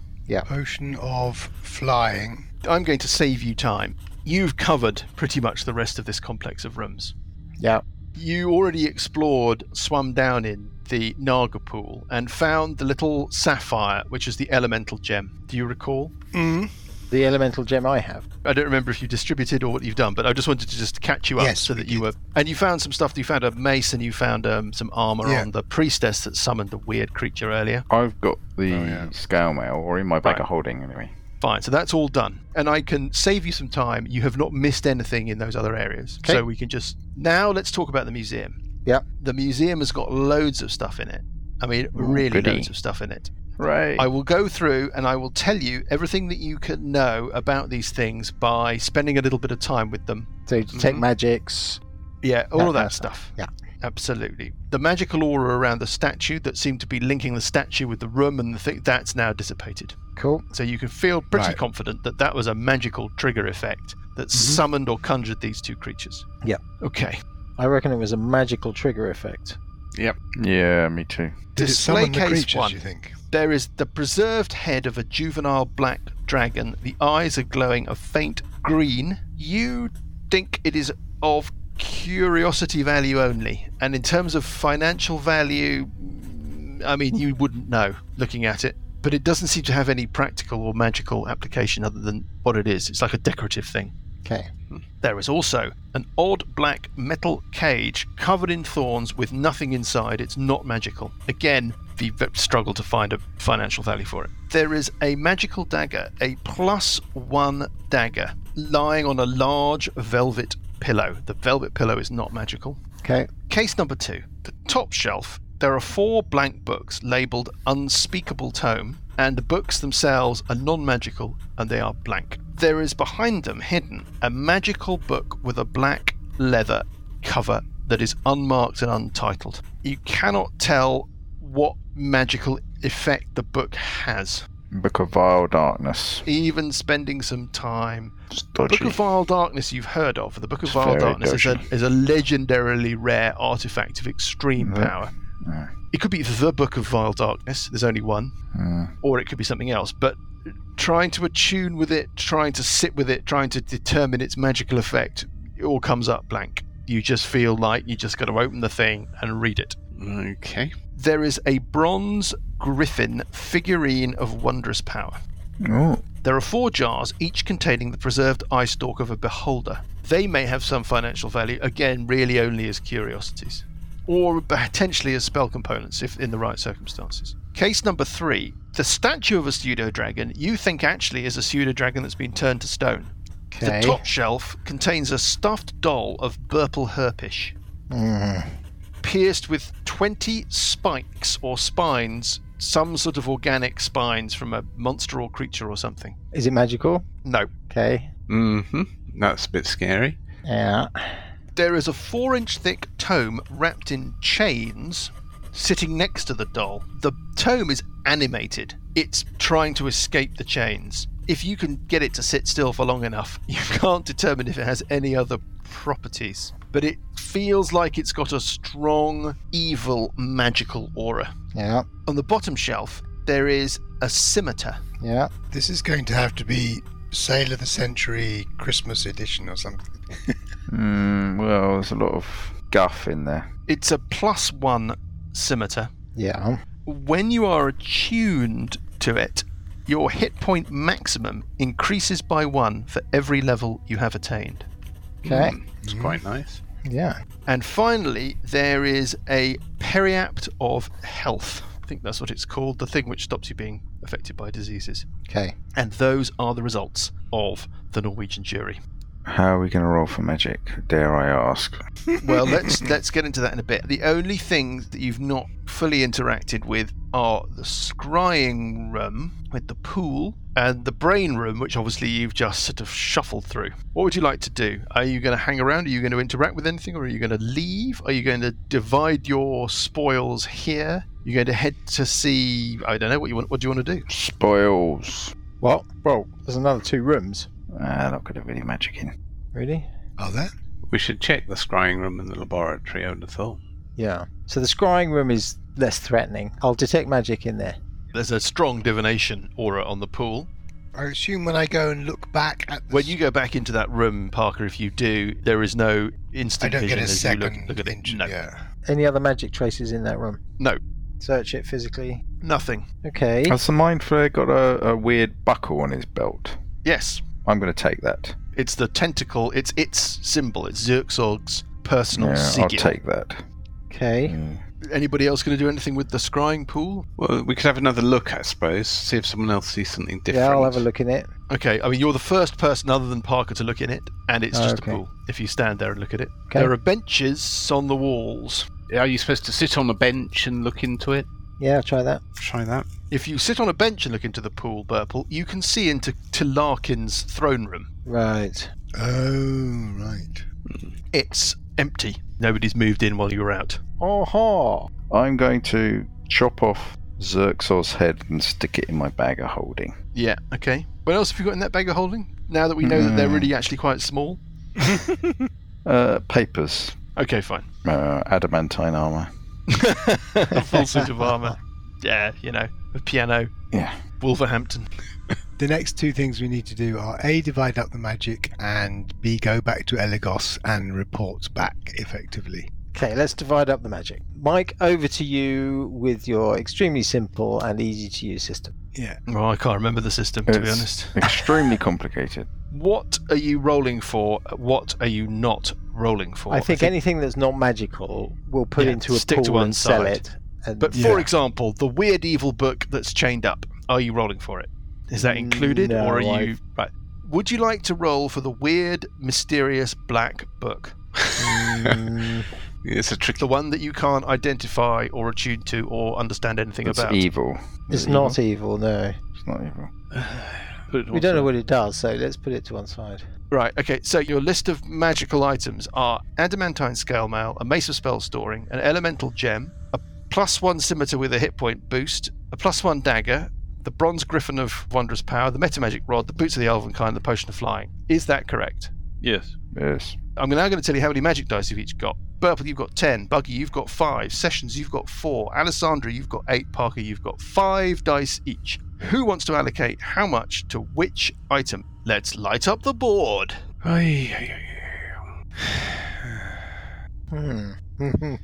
potion of flying I'm going to save you time. You've covered pretty much the rest of this complex of rooms. Yeah. You already explored, swam down in the Naga pool, and found the little sapphire, which is the elemental gem. Do you recall? mm. the elemental gem I have. I don't remember if you distributed or what you've done, but I just wanted to just catch you up Yes, so that we you were. And you found some stuff. You found a mace and you found um, some armor Yeah. on the priestess that summoned the weird creature earlier. I've got the Oh, yeah. scale mail, or in my bag Right. of holding anyway. Fine. So that's all done. And I can save you some time. You have not missed anything in those other areas. Okay. So we can just. Now let's talk about the museum. Yeah. The museum has got loads of stuff in it. I mean, really goody. loads of stuff in it. Right. I will go through and I will tell you everything that you can know about these things by spending a little bit of time with them. So you detect Mhm. magics. Yeah, all That of that kind of stuff. Yeah. Absolutely. The magical aura around the statue that seemed to be linking the statue with the room and the thing that's now dissipated. Cool. So you can feel pretty Right. confident that that was a magical trigger effect that summoned or conjured these two creatures. Mm-hmm. Yeah. Okay. I reckon it was a magical trigger effect. yeah, me too. Did it Display summon the case creatures, one. you think? There is the preserved head of a juvenile black dragon. The eyes are glowing a faint green. You think it is of curiosity value only. And in terms of financial value, mm, I mean, you wouldn't know looking at it. But it doesn't seem to have any practical or magical application other than what it is. It's like a decorative thing. Okay. There is also an odd black metal cage covered in thorns with nothing inside. It's not magical. Again, the v- struggle to find a financial value for it. There is a magical dagger, a plus one dagger, lying on a large velvet pillow. The velvet pillow is not magical. Okay. Case number two, the top shelf. There are four blank books labeled Unspeakable Tome, and the books themselves are non magical and they are blank. There is behind them hidden a magical book with a black leather cover that is unmarked and untitled. You cannot tell what magical effect the book has, Book of Vile Darkness. even spending some time It's the dodgy. Book of Vile Darkness you've heard of. The Book of It's Vile very Darkness is a, dodgy. is a legendarily rare artifact of extreme Mhm. power. Yeah. It could be the Book of Vile Darkness, there's only one, Yeah. or it could be something else, but trying to attune with it, trying to sit with it, trying to determine its magical effect, it all comes up blank. You just feel like you just got to open the thing and read it. Okay. There is a bronze griffin figurine of wondrous power. Oh, There are four jars, each containing the preserved eye stalk of a beholder. They may have some financial value, again, really only as curiosities, or potentially as spell components if in the right circumstances. Case number three the statue of a pseudo dragon you think actually is a pseudo dragon that's been turned to stone. Okay. The top shelf contains a stuffed doll of Burple Herpish Mm. pierced with 20 spikes or spines, some sort of organic spines from a monster or creature or something. Is it magical? No. Okay. Mm-hmm. That's a bit scary. Yeah. There is a four inch thick tome wrapped in chains sitting next to the doll. The tome is animated, it's trying to escape the chains. If you can get it to sit still for long enough, *laughs* you can't determine if it has any other properties. But it feels like it's got a strong, evil, magical aura. Yeah. On the bottom shelf, there is a scimitar. Yeah. This is going to have to be Sale of the Century Christmas edition or something. mm, well, there's a lot of guff in there. It's a plus one scimitar. Yeah. When you are attuned to it, your hit point maximum increases by one for every level you have attained. Okay. It's Mm-hmm. quite nice. Yeah. And finally, there is a periapt of health. I think that's what it's called, the thing which stops you being affected by diseases. Okay. And those are the results of the Norwegian jury. How are we going to roll for magic? Dare I ask? *coughs* well let's let's get into that in a bit the only things that you've not fully interacted with are the scrying room with the pool and the brain room which obviously you've just sort of shuffled through what would you like to do are you going to hang around are you going to interact with anything or are you going to leave are you going to divide your spoils here you're going to head to see i don't know what you want what do you want to do Spoils. Well, well, there's another two rooms. Ah, not going to have any magic in. Really? Are there? We should check the scrying room and the laboratory, I would have thought. Yeah. So the scrying room is less threatening. I'll detect magic in there. there's a strong divination aura on the pool I assume when I go and look back at the When you go back into that room, Parker, if you do, there is no I instant don't vision get a as you look, second look at it. inch. No, Yeah. Any other magic traces in that room? No. Search it physically. Oh. nothing. Okay. Has the mind flare got a, a weird buckle on his belt? Yes, I'm going to take that. it's the tentacle. It's its symbol. It's Zerxorg's personal Yeah, I'll sigil. take that. Hmm, Okay. Mm. Anybody else going to do anything with the scrying pool? Well, we could have another look, I suppose. See if someone else sees something different. Yeah, I'll have a look in it. Okay, I mean you're the first person other than Parker to look in it, and it's Oh, just okay. a pool. If you stand there and look at it, Okay. there are benches on the walls. Are you supposed to sit on a bench and look into it? Yeah, I'll try that. Try that. If you sit on a bench and look into the pool, Burple, you can see into to Larkin's throne room. Right. Oh, right. It's empty. Nobody's moved in while you were out. Oh ha! I'm going to chop off Xerxor's head and stick it in my bag of holding. Yeah. Okay. What else have you got in that bag of holding? Now that we know that they're really actually quite small. Uh, papers, Okay, fine. uh, adamantine armor. a full suit of armor. Yeah, you know, a piano. Yeah. Wolverhampton. The next two things we need to do are A, divide up the magic, and B, go back to Elagos and report back effectively. Okay, let's divide up the magic. Mike, over to you with your extremely simple and easy to use system. Well, Oh, I can't remember the system to be It's honest. Extremely complicated. What are you rolling for? What are you not rolling for? I think anything that's not magical will put Yeah, into a stick to pool one and sell side. it. And But Yeah. for example, the weird evil book that's chained up. Are you rolling for it? Is that included, or are No, you right? Would you like to roll for the weird, mysterious black book, *laughs* Mm, It's a tricky the one that you can't identify or attune to or understand anything It's about? evil. Is it's it evil? not evil, no. It's not evil. Put it We don't know what it does, so let's put it to one side. Right, okay, so your list of magical items are Adamantine Scale Mail, a Mace of Spell Storing, an Elemental Gem, a plus one scimitar with a hit point boost, a plus one dagger, the Bronze Griffin of Wondrous Power, the Metamagic Rod, the Boots of the Elven Kind, the Potion of Flying. Is that correct? Yes. Yes. I'm now going to tell you how many magic dice you've each got. Burple, you've got 10. Buggy, you've got 5. Sessions, you've got 4. Alessandra, you've got 8. Parker, you've got 5 dice each. Who wants to allocate how much to which item? Let's light up the board. Ay, ay, ay, ay. Hmm. *laughs*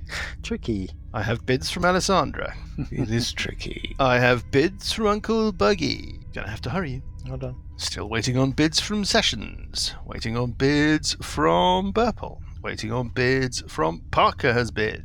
Tricky. I have bids from Alessandra. It is tricky. I have bids from Uncle Buggy. Gonna have to hurry you. Hold on. Still waiting on bids from Sessions. Waiting on bids from Burple. Waiting on bids from Parker has bid.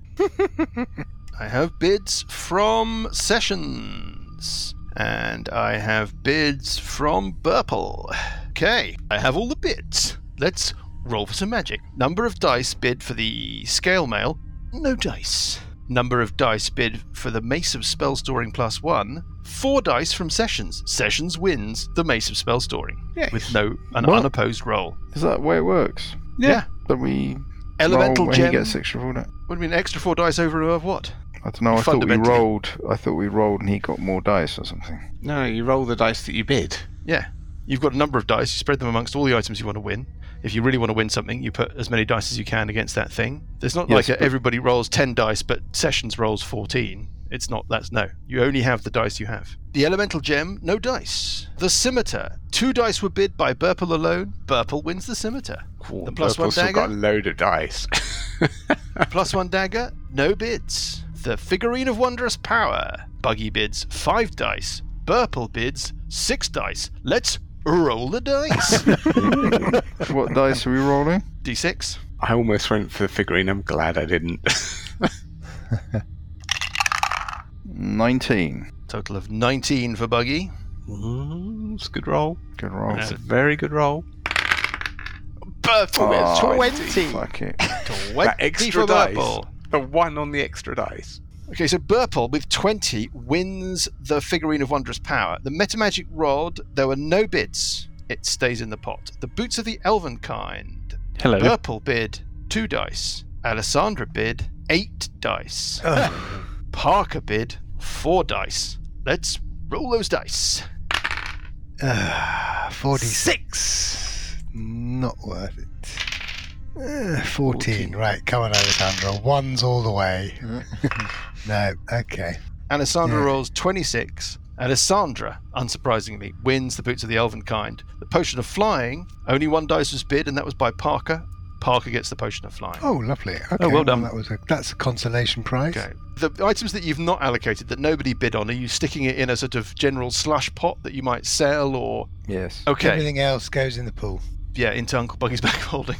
I have bids from Sessions. And I have bids from Burple. Okay, I have all the bids. Let's roll for some magic. Number of dice bid for the scale mail. No dice. Number of dice bid for the Mace of Spell Storing plus one. Four dice from Sessions. Sessions wins the Mace of Spell Storing Yes. with no an What? unopposed roll. Is that the way it works? Yeah. That we Elemental roll when gem. he gets extra for that? What do you mean extra four dice over and above what? I don't know. I thought we Fundamentally. rolled. I thought we rolled, and he got more dice or something. No, you roll the dice that you bid. Yeah. You've got a number of dice, you spread them amongst all the items you want to win. If you really want to win something, you put as many dice as you can against that thing. There's not Yes, like a, but- everybody rolls 10 dice, but Sessions rolls 14. It's not, that's no. You only have the dice you have. The Elemental Gem, no dice. The Scimitar, two dice were bid by Burple alone. Burple wins the *laughs* Scimitar. The plus one Purple's still got a dagger, load of dice. *laughs* plus one dagger, no bids. The Figurine of Wondrous Power, Buggy bids five dice. Burple bids six dice. Let's roll the *laughs* dice. what dice are we rolling? D6. I almost went for the figurine. I'm glad I didn't. *laughs* Nineteen. Total of 19 for Buggy. Mm, it's a good roll. Good roll. It's a very good roll. Burple with Oh, 20. Fuck it. 20 That extra for dice. Burple. The one on the extra dice. Okay, so Burple with 20 wins the figurine of wondrous power. The metamagic rod, there were no bids. It stays in the pot. The boots of the elven kind. Hello. Burple bid two dice. Alessandra bid eight dice. Parker bid four dice. Let's roll those dice. Uh, 46. Not worth it. Uh, 14. Right, come on, Alessandra. One's all the way. no, okay. Alessandra Yeah. rolls 26. Alessandra, unsurprisingly, wins the Boots of the Elven Kind. The Potion of Flying, only one dice was bid, and that was by Parker. Parker gets the potion of flying. Oh, lovely. Okay, well done. that was a, that's a consolation prize. Okay. The items that you've not allocated that nobody bid on, are you sticking it in a sort of general slush pot that you might sell or. Yes. Okay. Everything else goes in the pool. Yeah, into Uncle Buggy's *laughs* back holding.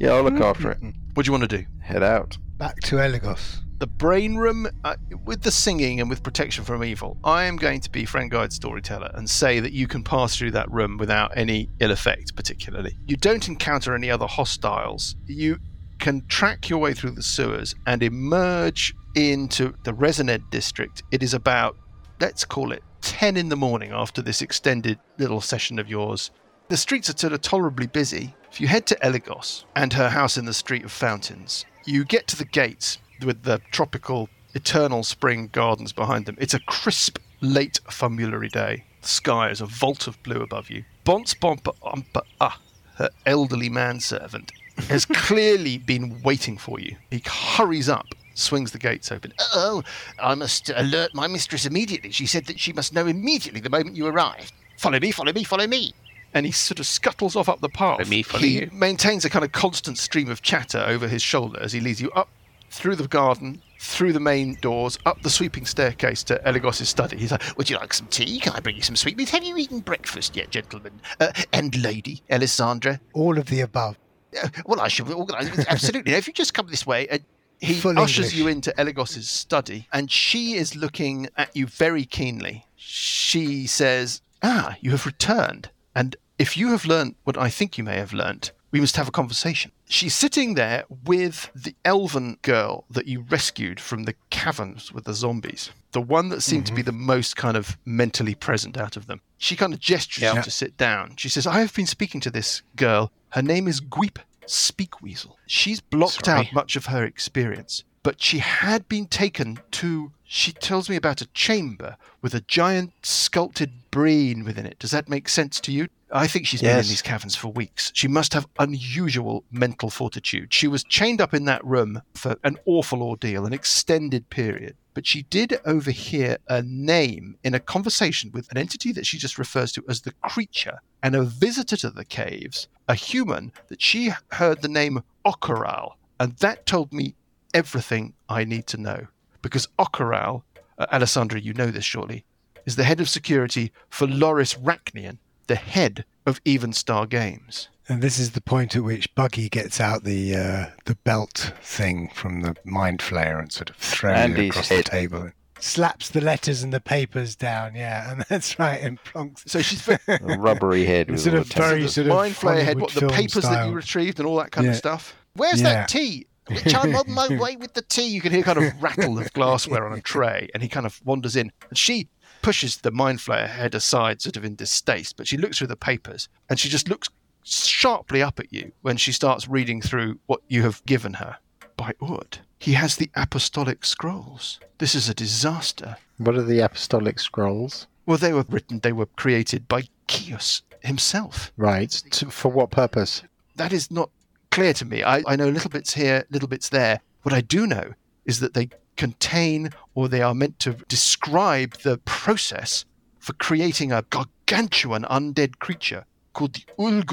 Yeah, I'll look after it. what do you want to do? Head out. Back to Elagos. The brain room, uh, with the singing and with protection from evil, I am going to be Frank Guide's storyteller and say that you can pass through that room without any ill effect, particularly. You don't encounter any other hostiles. You can track your way through the sewers and emerge into the Resoned district. It is about, let's call it 10 in the morning after this extended little session of yours. The streets are sort of tolerably busy. If you head to Eligos and her house in the Street of Fountains, you get to the gates with the tropical eternal spring gardens behind them. It's a crisp late fumulary day. The sky is a vault of blue above you. Bonce Bomper Umper Ah, her elderly manservant, *laughs* has clearly been waiting for you. He hurries up, swings the gates open. Oh, I must alert my mistress immediately. She said that she must know immediately the moment you arrived. Follow me, follow me, follow me. and he sort of scuttles off up the path. Follow me, follow he you. maintains a kind of constant stream of chatter over his shoulder as he leads you up through the garden, through the main doors, up the sweeping staircase to Eligos's study. He's like, Would you like some tea? Can I bring you some sweetmeats? Have you eaten breakfast yet, gentlemen? Uh, and lady, Alessandra? All of the above. Uh, well, I should organise. *laughs* Absolutely. if you just come this way, uh, he Full ushers English. you into Eligos's study, and she is looking at you very keenly. She says, "Ah, you have returned, and if you have learnt what I think you may have learnt, we must have a conversation." She's sitting there with the elven girl that you rescued from the caverns with the zombies, the one that seemed to be the most kind of mentally present out of them. She kind of gestures you to sit down. She says, "I have been speaking to this girl. Her name is Gweep." Speakweasel. She's blocked Sorry. out much of her experience, but she had been taken to, she tells me about a chamber with a giant sculpted brain within it. Does that make sense to you? I think she's been in Yes. these caverns for weeks. She must have unusual mental fortitude. She was chained up in that room for an awful ordeal, an extended period. But she did overhear a name in a conversation with an entity that she just refers to as the creature and a visitor to the caves, a human, that she heard the name Okoral. And that told me everything I need to know. Because Okoral, uh, Alessandra, you know this surely, is the head of security for Loris Rachnian, the head of Evenstar Games. And this is the point at which Buggy gets out the uh, the belt thing from the mind flayer and sort of throws it Andy's across head. the table. Slaps the letters and the papers down, yeah, and *laughs* that's right, and plonks. So she's very, A rubbery head with Instead all of the tentacles. very sort of mind flayer head, Hollywood what the film papers that style. you retrieved and all that kind of Yeah. stuff. where's Yeah. that tea? Which I'm on my way with the tea. You can hear kind of rattle of glassware on a tray, and he kind of wanders in. And she pushes the mind flayer head aside, sort of in distaste, but she looks through the papers and she just looks sharply up at you when she starts reading through what you have given her. By Ord, he has the apostolic scrolls. This is a disaster. What are the apostolic scrolls? Well, they were written, they were created by Kios himself. Right. To, for what purpose? that is not clear to me. I, I know little bits here, little bits there. What I do know is that they contain or they are meant to describe the process for creating a gargantuan undead creature called the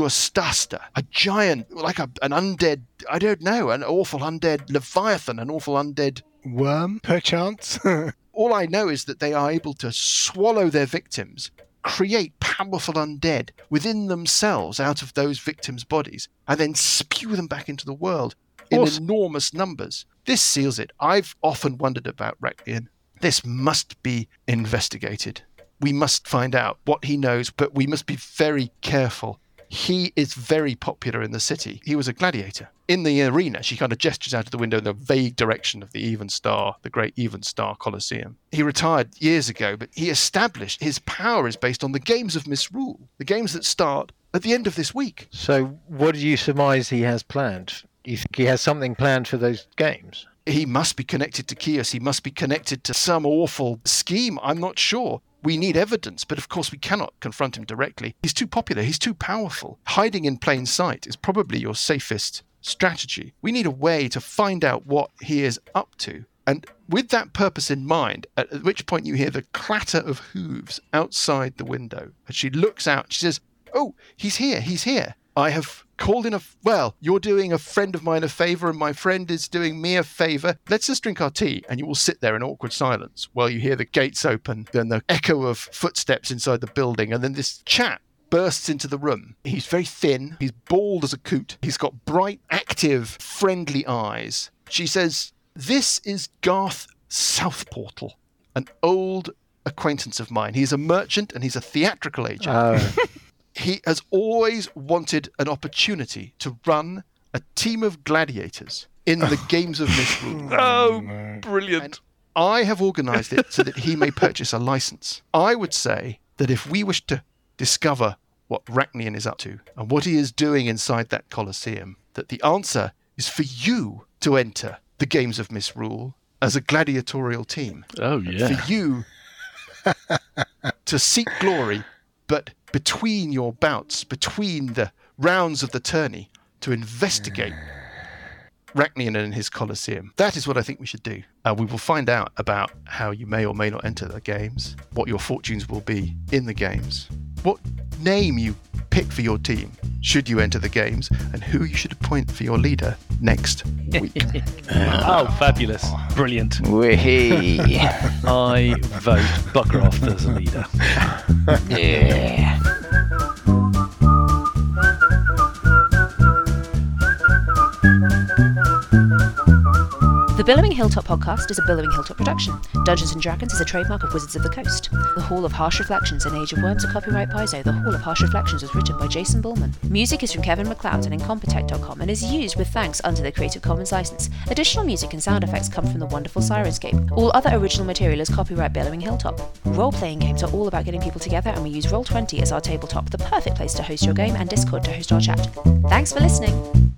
Ulgostasta, a giant, like a, an undead, I don't know, an awful undead leviathan, an awful undead *laughs* Worm, perchance? *laughs* all I know is that they are able to swallow their victims, create powerful undead within themselves out of those victims' bodies, and then spew them back into the world in Awesome. enormous numbers. This seals it. I've often wondered about Rakdian. This must be investigated. We must find out what he knows, but we must be very careful. He is very popular in the city. He was a gladiator. In the arena, she kind of gestures out of the window in the vague direction of the Even Star, the great Even Star Colosseum. He retired years ago, but he established his power is based on the games of misrule, the games that start at the end of this week. So, what do you surmise he has planned? Do you think he has something planned for those games? he must be connected to Kios. He must be connected to some awful scheme. I'm not sure. We need evidence, but of course we cannot confront him directly. He's too popular. He's too powerful. Hiding in plain sight is probably your safest strategy. We need a way to find out what he is up to. And with that purpose in mind, at at which point you hear the clatter of hooves outside the window. And she looks out. She says, Oh, he's here. He's here. I have called in a. f- Well, you're doing a friend of mine a favor, and my friend is doing me a favor. Let's just drink our tea. And you will sit there in awkward silence while you hear the gates open, then the echo of footsteps inside the building, and then this chap bursts into the room. He's very thin, he's bald as a coot, he's got bright, active, friendly eyes. She says, This is Garth Southportal, an old acquaintance of mine. He's a merchant and he's a theatrical agent Oh, he has always wanted an opportunity to run a team of gladiators in the games of misrule. Oh, no. brilliant. I have organized it so that he may purchase a license. I would say that if we wish to discover what Rachnian is up to and what he is doing inside that Colosseum, that the answer is for you to enter the games of misrule as a gladiatorial team Oh, yeah. for you to seek glory, but between your bouts, between the rounds of the tourney, to investigate Rachnian and his Colosseum. That is what I think we should do. Uh, we will find out about how you may or may not enter the games, what your fortunes will be in the games, what name you pick for your team should you enter the games, and who you should appoint for your leader next week. Oh, fabulous. Brilliant. Wee. I vote Buckraft as a leader. yeah. The Billowing Hilltop podcast is a Billowing Hilltop production. Dungeons and Dragons is a trademark of Wizards of the Coast. The Hall of Harsh Reflections and Age of Worms are copyright Paizo. The Hall of Harsh Reflections was written by Jason Bullman. Music is from Kevin McLeod and Incompetech.com and is used with thanks under the Creative Commons license. Additional music and sound effects come from the wonderful Sirenscape. All other original material is copyright Billowing Hilltop. Role playing games are all about getting people together, and we use Roll20 as our tabletop, the perfect place to host your game, and Discord to host our chat. Thanks for listening.